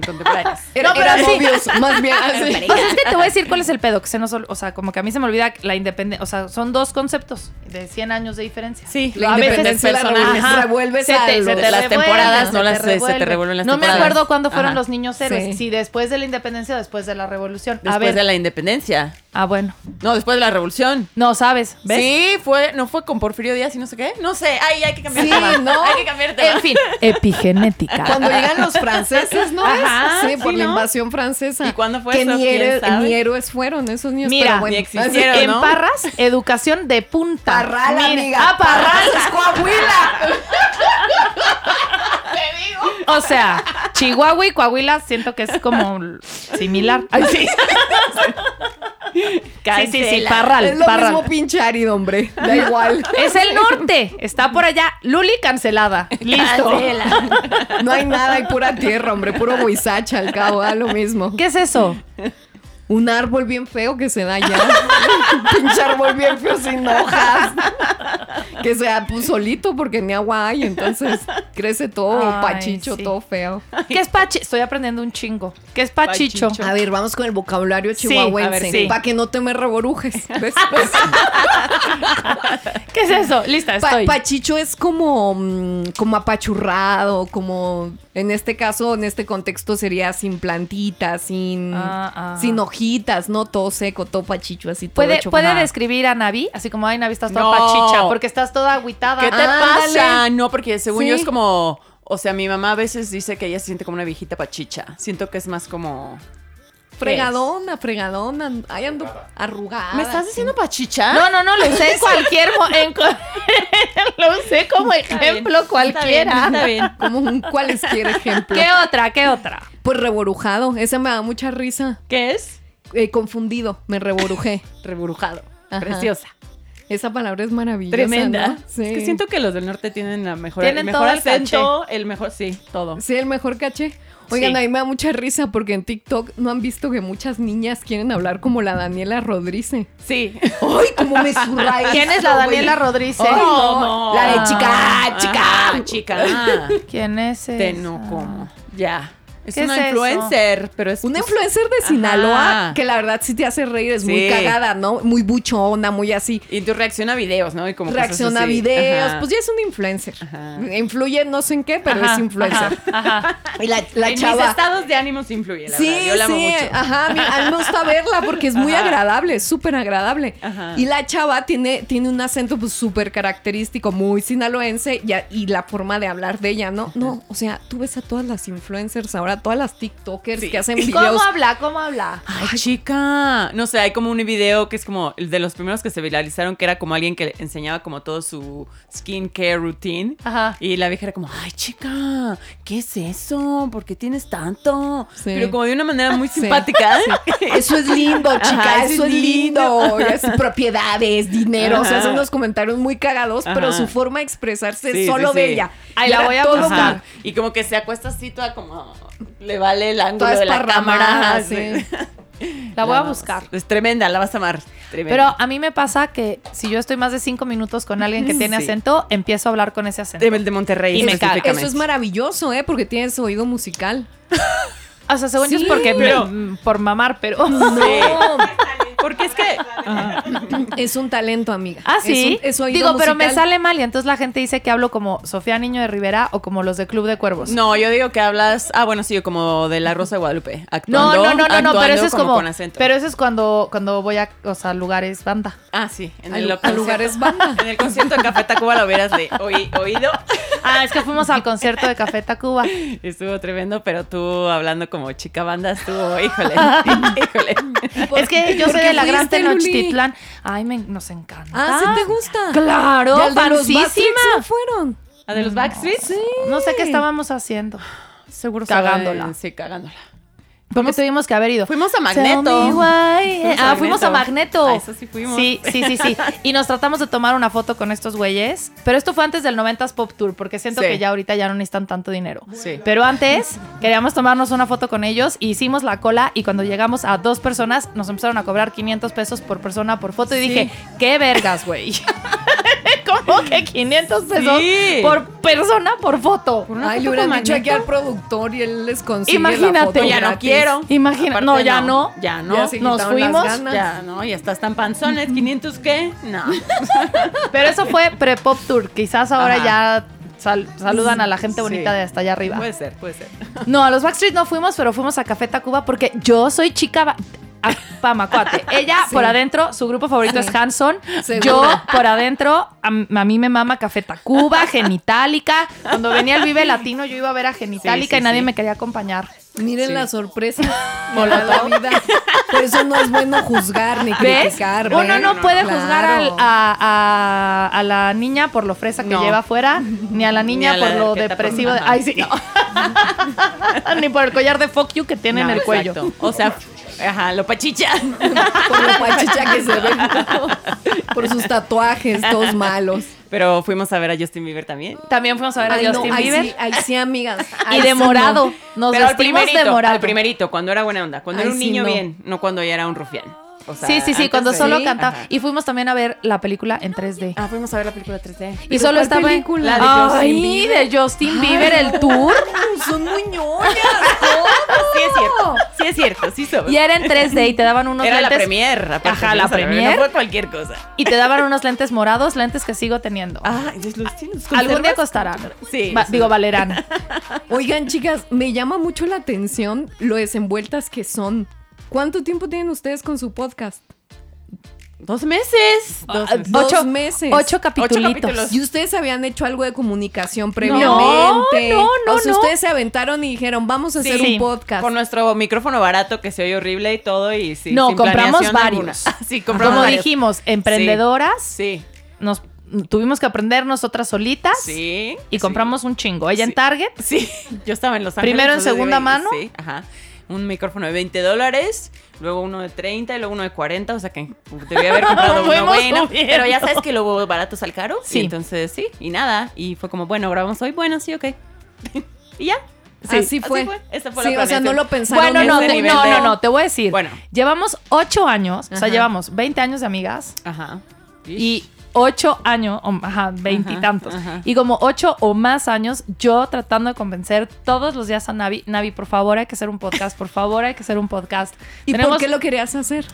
Speaker 5: contemporáneos.
Speaker 2: Era,
Speaker 4: No, pero
Speaker 2: era
Speaker 4: sí.
Speaker 2: Mobius, más bien. así.
Speaker 4: O sea, es que te voy a decir cuál es el pedo, que se nos, ol- o sea, como que a mí se me olvida la independencia, o sea, son dos conceptos de 100 años de diferencia.
Speaker 5: Sí,
Speaker 2: La
Speaker 5: a veces
Speaker 2: independencia y la
Speaker 5: personajes.
Speaker 2: revolución.
Speaker 5: Ajá.
Speaker 2: revuelves
Speaker 4: se
Speaker 2: a
Speaker 4: te,
Speaker 2: los-
Speaker 4: se te
Speaker 5: las
Speaker 4: revuelven,
Speaker 5: temporadas, no las- se te
Speaker 4: revuelven.
Speaker 5: revuelven las
Speaker 4: No me
Speaker 5: temporadas.
Speaker 4: acuerdo cuándo fueron
Speaker 5: Ajá.
Speaker 4: los niños héroes,
Speaker 2: Sí.
Speaker 4: si después de la independencia o después de la revolución. a
Speaker 5: Después
Speaker 4: ver.
Speaker 5: de la independencia.
Speaker 4: Ah, bueno.
Speaker 5: No, después de la revolución.
Speaker 4: No sabes, ¿ves?
Speaker 5: Sí, fue, no fue con Porfirio Díaz y no sé qué. No sé, ay, hay que cambiar
Speaker 2: Sí,
Speaker 5: de tema.
Speaker 2: ¿no?
Speaker 5: Hay que cambiar de tema.
Speaker 4: En fin, epigenética.
Speaker 2: Cuando llegan los franceses, ¿no? es?
Speaker 5: Ajá,
Speaker 2: sí, por
Speaker 5: sí,
Speaker 2: la
Speaker 5: ¿no?
Speaker 2: invasión francesa.
Speaker 5: ¿Y cuándo fue
Speaker 2: que
Speaker 5: eso?
Speaker 2: Ni,
Speaker 5: ¿Quién
Speaker 2: héroe-
Speaker 5: sabe?
Speaker 2: ni héroes fueron esos niños.
Speaker 4: Mira,
Speaker 2: pero bueno,
Speaker 5: ni
Speaker 2: así-
Speaker 5: existieron.
Speaker 4: en
Speaker 5: ¿no?
Speaker 4: Parras, educación de punta.
Speaker 2: Parral,
Speaker 4: Mira.
Speaker 2: amiga.
Speaker 4: Ah, Parral.
Speaker 2: es Coahuila.
Speaker 4: O sea, Chihuahua y Coahuila siento que es como similar. Ay, sí. sí, sí, sí,
Speaker 5: Cancela.
Speaker 4: Parral,
Speaker 2: es lo
Speaker 4: Parral.
Speaker 2: mismo pinche árido, hombre. Da igual.
Speaker 4: Es el norte, está por allá. Luli cancelada. Listo.
Speaker 2: No hay nada, hay pura tierra, hombre. Puro huizacha al cabo, da lo mismo.
Speaker 4: ¿Qué es eso?
Speaker 2: Un árbol bien feo que se da ya. pinche árbol bien feo sin hojas. que se da pues, solito porque ni agua hay. Entonces crece todo
Speaker 4: Ay,
Speaker 2: pachicho,
Speaker 4: sí.
Speaker 2: todo feo.
Speaker 4: ¿Qué es pachi? Estoy aprendiendo un chingo. ¿Qué es pachicho?
Speaker 5: Pachicho.
Speaker 2: A ver, vamos con el vocabulario
Speaker 4: Sí,
Speaker 2: chihuahuense.
Speaker 4: a ver, sí.
Speaker 2: Para que no te me reborujes. ¿Ves?
Speaker 4: ¿Qué es eso? Lista,
Speaker 2: Pa-
Speaker 4: estoy.
Speaker 2: pachicho es como, mm, como apachurrado, como en este caso, en este contexto sería sin plantitas, sin,
Speaker 4: Ah, ah.
Speaker 2: sin hojitas, no todo seco, todo pachicho, así todo
Speaker 4: ¿Puede,
Speaker 2: hecho-
Speaker 4: puede
Speaker 2: Ajá.
Speaker 4: describir a Navi? Así como, ay, Navi, estás toda
Speaker 5: No.
Speaker 4: pachicha porque estás toda agüitada.
Speaker 5: ¿Qué te
Speaker 2: Ándale.
Speaker 5: pasa? No, porque según yo
Speaker 2: Ah, Sí.
Speaker 5: es como. O sea, mi mamá a veces dice que ella se siente como una viejita pachicha. Siento que es más como.
Speaker 4: pues.
Speaker 2: Fregadona, fregadona, ahí ando arrugada.
Speaker 5: ¿Me estás
Speaker 2: Ah, sí.
Speaker 5: diciendo pachicha?
Speaker 4: Ah, No, no, no, lo usé en cualquier mo- en cu- lo usé como ejemplo cualquiera.
Speaker 5: Está bien. está bien.
Speaker 2: Como un cualquier ejemplo.
Speaker 4: ¿Qué otra? ¿Qué otra?
Speaker 2: Pues reborujado, ese me da mucha risa.
Speaker 5: ¿Qué es?
Speaker 2: Eh, confundido, me reborujé.
Speaker 5: Reburujado.
Speaker 2: Ajá.
Speaker 5: Preciosa.
Speaker 2: Esa palabra es maravillosa.
Speaker 5: Tremenda.
Speaker 2: ¿no? Sí.
Speaker 5: Es que siento que los del norte tienen la mejor,
Speaker 4: Tienen
Speaker 5: el
Speaker 4: todo
Speaker 5: mejor
Speaker 4: el
Speaker 5: acento, el mejor, sí, todo.
Speaker 2: Sí, el mejor caché. Oigan,
Speaker 5: Sí.
Speaker 2: a mí me da mucha risa porque en TikTok no han visto que muchas niñas quieren hablar como la Daniela Rodríguez.
Speaker 5: Sí.
Speaker 2: ¡Ay, cómo me surra
Speaker 4: ¿Quién es la Daniela Rodríguez?
Speaker 5: Ay, no, no.
Speaker 2: La de chica,
Speaker 5: Ah,
Speaker 2: chica.
Speaker 5: ah, chica. Ah,
Speaker 4: ¿Quién es
Speaker 5: te
Speaker 4: esa?
Speaker 5: no como. Ya. Es
Speaker 4: ¿Qué
Speaker 5: una
Speaker 4: es eso?
Speaker 5: influencer, pero es
Speaker 2: Una
Speaker 5: pues,
Speaker 2: influencer de Sinaloa
Speaker 5: Ajá.
Speaker 2: que la verdad sí te hace reír, es muy
Speaker 5: Sí.
Speaker 2: cagada, ¿no? Muy buchona, muy así.
Speaker 5: Y tú reacciona a videos, ¿no? Y como cosas
Speaker 2: Reacciona a
Speaker 5: así.
Speaker 2: videos,
Speaker 5: Ajá.
Speaker 2: pues ya es una influencer.
Speaker 5: Ajá.
Speaker 2: Influye no sé en qué, pero
Speaker 4: Ajá,
Speaker 2: es influencer.
Speaker 4: Ajá. ajá.
Speaker 2: Y la, la
Speaker 5: en mis
Speaker 2: chava.
Speaker 5: estados de ánimos influye, la
Speaker 2: sí,
Speaker 5: verdad. Yo la amo
Speaker 2: sí,
Speaker 5: mucho.
Speaker 2: ajá, a mí, a mí me gusta verla porque es muy agradable, es súper agradable.
Speaker 5: Ajá.
Speaker 2: Y la chava tiene, tiene un acento pues, súper característico, muy sinaloense y, a- y la forma de hablar de ella, ¿no? No, o sea, tú ves a todas las influencers ahora, todas las TikTokers
Speaker 5: Sí.
Speaker 2: que hacen
Speaker 4: ¿Cómo
Speaker 2: videos.
Speaker 4: habla? ¿Cómo habla?
Speaker 5: Ay, chica. No sé, hay como un video que es como el de los primeros que se viralizaron, que era como alguien que le enseñaba como todo su skincare routine.
Speaker 4: Ajá.
Speaker 5: Y la vieja era como, ay, chica, ¿qué es eso? ¿Por qué tienes tanto?
Speaker 2: Sí.
Speaker 5: Pero como de una manera muy
Speaker 2: Sí,
Speaker 5: simpática.
Speaker 2: Eso es lindo, chica,
Speaker 5: Ajá,
Speaker 2: eso es lindo. Es propiedades, dinero, o sea,
Speaker 5: Ajá.
Speaker 2: son unos comentarios muy cagados, pero
Speaker 5: Ajá.
Speaker 2: su forma de expresarse
Speaker 5: Sí,
Speaker 2: es
Speaker 5: sí,
Speaker 2: solo de
Speaker 5: sí.
Speaker 2: ella.
Speaker 4: Ay,
Speaker 2: Y
Speaker 4: la
Speaker 2: ahora
Speaker 4: voy a
Speaker 2: todo-
Speaker 4: buscar.
Speaker 5: Ajá. Y como que se acuesta así toda como, le vale el ángulo
Speaker 2: Toda
Speaker 5: de la
Speaker 2: esparramada,
Speaker 5: cámara.
Speaker 2: sí.
Speaker 4: La voy a
Speaker 5: amas.
Speaker 4: buscar.
Speaker 5: Es tremenda, la vas a amar. Tremenda.
Speaker 4: Pero a mí me pasa que si yo estoy más de cinco minutos con alguien que tiene
Speaker 5: Sí.
Speaker 4: acento, empiezo a hablar con ese acento.
Speaker 2: Em,
Speaker 5: De- el de Monterrey
Speaker 4: Y me caga.
Speaker 5: específicamente.
Speaker 2: Eso es maravilloso, ¿eh? Porque tienes oído musical.
Speaker 4: O sea, según yo es
Speaker 2: Sí.
Speaker 4: porque me-
Speaker 5: Pero-
Speaker 4: mm, por mamar, pero
Speaker 5: Sí. Porque es que
Speaker 2: Es un talento, amiga.
Speaker 4: Ah, sí.
Speaker 2: Es un- es oído
Speaker 4: Digo, pero me
Speaker 2: musical.
Speaker 4: sale mal y entonces la gente dice que hablo como Sofía Niño de Rivera o como los de Club de Cuervos.
Speaker 5: No, yo digo que hablas. Ah, bueno, sí, yo como de la Rosa de Guadalupe.
Speaker 4: no,
Speaker 5: Actuando,
Speaker 4: no, no, no, no,
Speaker 5: actuando
Speaker 4: pero eso es como,
Speaker 5: con acento.
Speaker 4: pero eso es cuando cuando voy a, o sea, lugares banda.
Speaker 5: ah, sí, en
Speaker 2: A
Speaker 5: el
Speaker 2: lu- a
Speaker 5: concierto-
Speaker 2: lugares banda.
Speaker 5: En el concierto de Café Tacuba lo hubieras de oí- oído.
Speaker 4: Ah, es que fuimos al concierto de Café Tacuba.
Speaker 5: Estuvo tremendo, pero tú hablando como chica banda estuvo, híjole, híjole.
Speaker 2: ¿Por-
Speaker 4: Es que yo
Speaker 2: por
Speaker 4: soy
Speaker 2: qué
Speaker 4: de la gran
Speaker 2: fuiste, Luli?
Speaker 4: Tenochtitlán. Ay, me, nos encanta.
Speaker 2: Ah, sí te gusta. ¿Y
Speaker 4: Claro,
Speaker 2: al de los
Speaker 4: falsísima.
Speaker 2: Backstreets no fueron.
Speaker 5: ¿A de los Backstreets? Sí.
Speaker 4: No sé qué estábamos haciendo.
Speaker 5: Seguro
Speaker 4: saben.
Speaker 5: Sí, cagándola.
Speaker 4: Porque tuvimos que haber ido.
Speaker 5: Fuimos a
Speaker 4: Tell me
Speaker 5: Magneto.
Speaker 4: why.
Speaker 5: Fuimos a
Speaker 4: Ah, fuimos a Magneto.
Speaker 5: Magneto. A eso sí fuimos.
Speaker 4: Sí, sí, sí, sí. Y nos tratamos de tomar una foto con estos güeyes. Pero esto fue antes del 90s Pop Tour, porque siento
Speaker 5: Sí.
Speaker 4: que ya ahorita ya no necesitan tanto dinero.
Speaker 5: Sí.
Speaker 4: Pero antes queríamos tomarnos una foto con ellos, e hicimos la cola y cuando llegamos a dos personas nos empezaron a cobrar 500 pesos por persona por foto y dije, qué vergas, güey. ¿Cómo que 500 pesos
Speaker 5: Sí.
Speaker 4: por persona por foto?
Speaker 2: Ay, le hubieran dicho aquí al productor y él les consigue la
Speaker 4: Imagínate.
Speaker 2: foto
Speaker 5: Ya no
Speaker 2: gratis.
Speaker 5: quiero.
Speaker 4: Imagina-
Speaker 5: Aparte,
Speaker 4: no, ya no.
Speaker 5: Ya no.
Speaker 2: Ya se
Speaker 4: Nos
Speaker 2: quitaron
Speaker 4: fuimos,
Speaker 2: las ganas.
Speaker 5: Ya no, ya estás tan panzones. ¿500 qué? No.
Speaker 4: Pero eso fue pre-pop tour. Quizás ahora
Speaker 5: Ajá.
Speaker 4: ya sal- saludan a la gente
Speaker 5: Sí.
Speaker 4: bonita de hasta allá arriba.
Speaker 5: Puede ser, puede ser.
Speaker 4: No, a los Backstreet no fuimos, pero fuimos a Café Tacuba porque yo soy chica ba- a- pamacuate. Ella
Speaker 2: Sí.
Speaker 4: por adentro, su grupo favorito es Hanson.
Speaker 2: Seguro.
Speaker 4: Yo por adentro, a, m- a mí me mama Café Tacuba, Genitalica. Cuando venía el Vive Latino yo iba a ver a Genitalica
Speaker 5: Sí, sí,
Speaker 4: y nadie
Speaker 5: sí.
Speaker 4: me quería acompañar.
Speaker 2: Miren
Speaker 5: Sí.
Speaker 2: la sorpresa. de la vida. Por eso no es bueno juzgar ni
Speaker 4: ¿Ves?
Speaker 2: criticar.
Speaker 4: Uno
Speaker 2: ¿ven?
Speaker 4: no puede juzgar al-
Speaker 2: Claro.
Speaker 4: a, a- a la niña por lo fresa que
Speaker 5: No.
Speaker 4: lleva afuera, ni a la niña
Speaker 5: a la
Speaker 4: por lo
Speaker 5: que tapa-
Speaker 4: depresivo. de-
Speaker 5: ajá.
Speaker 4: ay, sí. ni por el collar de fuck you que tiene
Speaker 5: No,
Speaker 4: en el cuello.
Speaker 5: exacto. O sea, ajá, lo pachicha.
Speaker 2: Por lo pachicha que se ve. Por sus tatuajes, todos malos.
Speaker 5: Pero fuimos a ver a Justin Bieber también.
Speaker 4: También fuimos a ver
Speaker 2: Ay,
Speaker 4: a
Speaker 2: no,
Speaker 4: Justin
Speaker 2: ahí
Speaker 4: Bieber.
Speaker 2: sí, ahí sí, amigas.
Speaker 4: Y
Speaker 2: Ahí
Speaker 4: de
Speaker 2: sí no.
Speaker 4: morado. Nos
Speaker 5: Pero al
Speaker 4: vestimos
Speaker 5: primerito,
Speaker 4: de morado.
Speaker 5: al primerito, cuando era buena onda, cuando
Speaker 2: Ay,
Speaker 5: era un
Speaker 2: sí,
Speaker 5: niño
Speaker 2: no.
Speaker 5: bien, no cuando ya era un rufián. O sea,
Speaker 4: sí, sí, sí,
Speaker 5: antes
Speaker 4: cuando
Speaker 5: de-
Speaker 4: solo
Speaker 2: Sí.
Speaker 4: cantaba.
Speaker 5: Ajá.
Speaker 4: Y fuimos también a ver la película en 3D.
Speaker 5: Ah, fuimos a ver la película 3D.
Speaker 4: Y
Speaker 2: ¿Pero
Speaker 4: solo
Speaker 2: cuál
Speaker 4: estaba en-
Speaker 2: película?
Speaker 4: la de Justin Bieber. de Justin Bieber el tour.
Speaker 2: Son muñones.
Speaker 5: Sí es cierto, sí es cierto, sí somos.
Speaker 4: Y era en 3D y te daban unos
Speaker 5: Era la
Speaker 4: lentes-
Speaker 5: premier, aparte,
Speaker 4: Ajá, la
Speaker 5: fuimos a ver,
Speaker 4: premier.
Speaker 5: No fue cualquier cosa.
Speaker 4: Y te daban unos lentes morados, lentes que sigo teniendo.
Speaker 5: Ah, entonces los tienes.
Speaker 4: Algún día
Speaker 5: conservas?
Speaker 4: costarán.
Speaker 5: Sí,
Speaker 4: Va-
Speaker 5: sí.
Speaker 4: Digo, valerán.
Speaker 2: Oigan, chicas, me llama mucho la atención lo desenvueltas que son. ¿Cuánto tiempo tienen ustedes con su podcast?
Speaker 5: Dos meses. Dos meses.
Speaker 2: Dos meses.
Speaker 4: Ocho capitulitos.
Speaker 5: capítulos.
Speaker 2: ¿Y ustedes habían hecho algo de comunicación previamente?
Speaker 4: no, no,
Speaker 2: O sea,
Speaker 4: no.
Speaker 2: ustedes se aventaron y dijeron, vamos a
Speaker 4: Sí.
Speaker 2: hacer un
Speaker 4: Sí.
Speaker 2: podcast.
Speaker 5: Con nuestro micrófono barato que se oye horrible y todo y sí.
Speaker 4: No,
Speaker 5: sin
Speaker 4: compramos
Speaker 5: planeación
Speaker 4: varios.
Speaker 5: alguna. Sí, compramos
Speaker 4: Como
Speaker 5: varios.
Speaker 4: dijimos, emprendedoras,
Speaker 5: Sí,
Speaker 4: nos tuvimos que aprender nosotras solitas
Speaker 5: sí.
Speaker 4: y compramos un chingo. Ella en
Speaker 5: Sí.
Speaker 4: Target,
Speaker 5: Sí, yo estaba en Los Ángeles.
Speaker 4: Primero en
Speaker 5: entonces
Speaker 4: segunda
Speaker 5: iba y-
Speaker 4: mano.
Speaker 5: Sí, ajá. un micrófono de 20 dólares, luego uno de 30 y luego uno de 40, o sea que debía haber comprado uno
Speaker 4: Fuimos
Speaker 5: bueno.
Speaker 4: subiendo.
Speaker 5: Pero ya sabes que lo barato al caro.
Speaker 4: Sí.
Speaker 5: Sí. entonces sí, y nada. Y fue como, bueno, grabamos hoy, bueno, sí, ok. y ya. Sí,
Speaker 2: así fue.
Speaker 5: Esa fue
Speaker 2: sí,
Speaker 5: la
Speaker 2: o sea, no
Speaker 5: planeación.
Speaker 2: lo pensaron.
Speaker 4: Bueno,
Speaker 5: en
Speaker 4: no,
Speaker 5: ese
Speaker 4: te-
Speaker 5: nivel
Speaker 4: no,
Speaker 5: de-
Speaker 4: no, no, te voy a decir.
Speaker 5: Bueno.
Speaker 4: Llevamos ocho años, o sea,
Speaker 2: Ajá.
Speaker 4: llevamos 20 años de amigas
Speaker 5: Ajá.
Speaker 4: y ocho años, o, ajá, veintitantos.
Speaker 5: Ajá, ajá.
Speaker 4: Y como ocho o más años, yo tratando de convencer todos los días a Navi, Navi, por favor, hay que hacer un podcast, por favor, hay que hacer un podcast.
Speaker 2: ¿Y
Speaker 4: Tenemos-
Speaker 2: por qué lo querías hacer?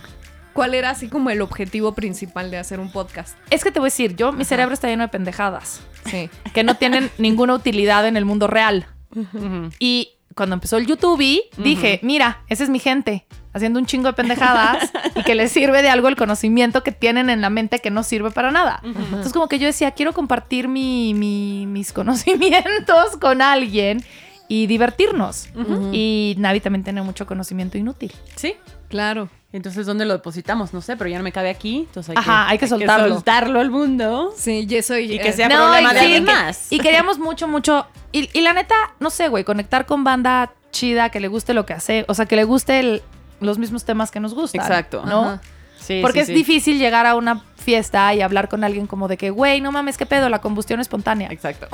Speaker 2: ¿Cuál era así como el objetivo principal de hacer un podcast?
Speaker 4: Es que te voy a decir, yo, mi cerebro está lleno de pendejadas
Speaker 2: Sí.
Speaker 4: que no tienen ninguna utilidad en el mundo real.
Speaker 5: Ujú.
Speaker 4: Y cuando empezó el YouTube, dije, mira, esa es mi gente, haciendo un chingo de pendejadas y que les sirve de algo el conocimiento que tienen en la mente que no sirve para nada. Entonces como que yo decía, quiero compartir mi- mi- mis conocimientos con alguien y divertirnos. Y Navi también tiene mucho conocimiento inútil.
Speaker 5: Sí.
Speaker 2: Claro.
Speaker 5: Entonces, ¿dónde lo depositamos? No sé, pero ya no me cabe aquí. Entonces hay
Speaker 4: Ajá,
Speaker 5: que,
Speaker 4: hay que soltarlo.
Speaker 5: soltarlo al mundo.
Speaker 2: Sí, yo soy.
Speaker 5: Y que sea
Speaker 4: No,
Speaker 5: problema
Speaker 4: y
Speaker 5: de
Speaker 4: sí,
Speaker 5: alguien
Speaker 4: que-
Speaker 5: más.
Speaker 4: Y queríamos mucho, mucho. Y, y la neta, no sé, güey, conectar con banda chida que le guste lo que hace, o sea, que le guste el- los mismos temas que nos gustan.
Speaker 5: Exacto.
Speaker 4: ¿No?
Speaker 2: Ajá.
Speaker 5: Sí,
Speaker 4: Porque
Speaker 5: sí,
Speaker 4: es
Speaker 5: sí.
Speaker 4: difícil llegar a una fiesta y hablar con alguien como de que, güey, no mames, qué pedo, la combustión espontánea.
Speaker 5: Exacto.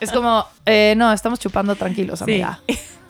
Speaker 4: Es como, "Eh, no, estamos chupando tranquilos,
Speaker 5: Sí.
Speaker 4: amiga.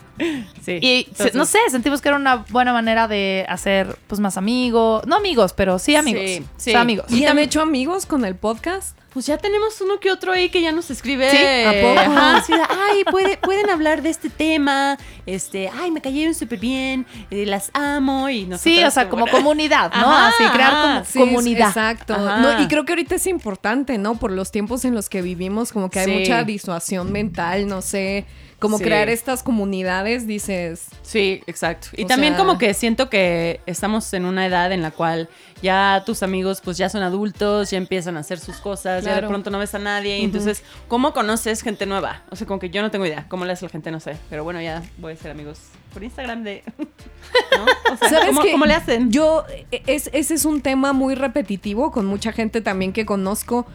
Speaker 5: Sí.
Speaker 4: Y se- no sé, sentimos que era una buena manera de hacer, pues, más amigos. No amigos, pero sí amigos.
Speaker 5: Sí,
Speaker 4: Sí,
Speaker 5: sí.
Speaker 4: amigos.
Speaker 2: ¿Y han hecho amigos con el podcast?
Speaker 5: Pues ya tenemos uno que otro ahí que ya nos escribe.
Speaker 4: Sí, ¿a poco?
Speaker 5: Ajá, sí, ay, puede- pueden hablar de este tema. Este, ay, me cayeron súper bien. eh, las amo y no
Speaker 4: sí, o sea, como comunidad, ¿no?
Speaker 5: Ajá,
Speaker 4: Así, crear
Speaker 5: ajá.
Speaker 4: como comunidad.
Speaker 2: Exacto.
Speaker 5: Ajá.
Speaker 2: No, y creo que ahorita es importante, ¿no? Por los tiempos en los que vivimos, como que hay
Speaker 5: Sí.
Speaker 2: mucha disuasión mental, no sé. Como
Speaker 5: Sí.
Speaker 2: crear estas comunidades, dices.
Speaker 5: Sí, exacto. Y
Speaker 2: O
Speaker 5: también
Speaker 2: sea-
Speaker 5: como que siento que estamos en una edad en la cual ya tus amigos pues ya son adultos, ya empiezan a hacer sus cosas, ya de
Speaker 2: Claro.
Speaker 5: pronto no ves a nadie. y Entonces, ¿cómo conoces gente nueva? O sea, como que yo no tengo idea. ¿Cómo le hace la gente? No sé. Pero bueno, ya voy a ser amigos por Instagram de... ¿no? O sea,
Speaker 2: ¿Sabes
Speaker 5: ¿cómo,
Speaker 2: qué?
Speaker 5: cómo le hacen?
Speaker 2: Yo, e- es, ese es un tema muy repetitivo con mucha gente también que conozco,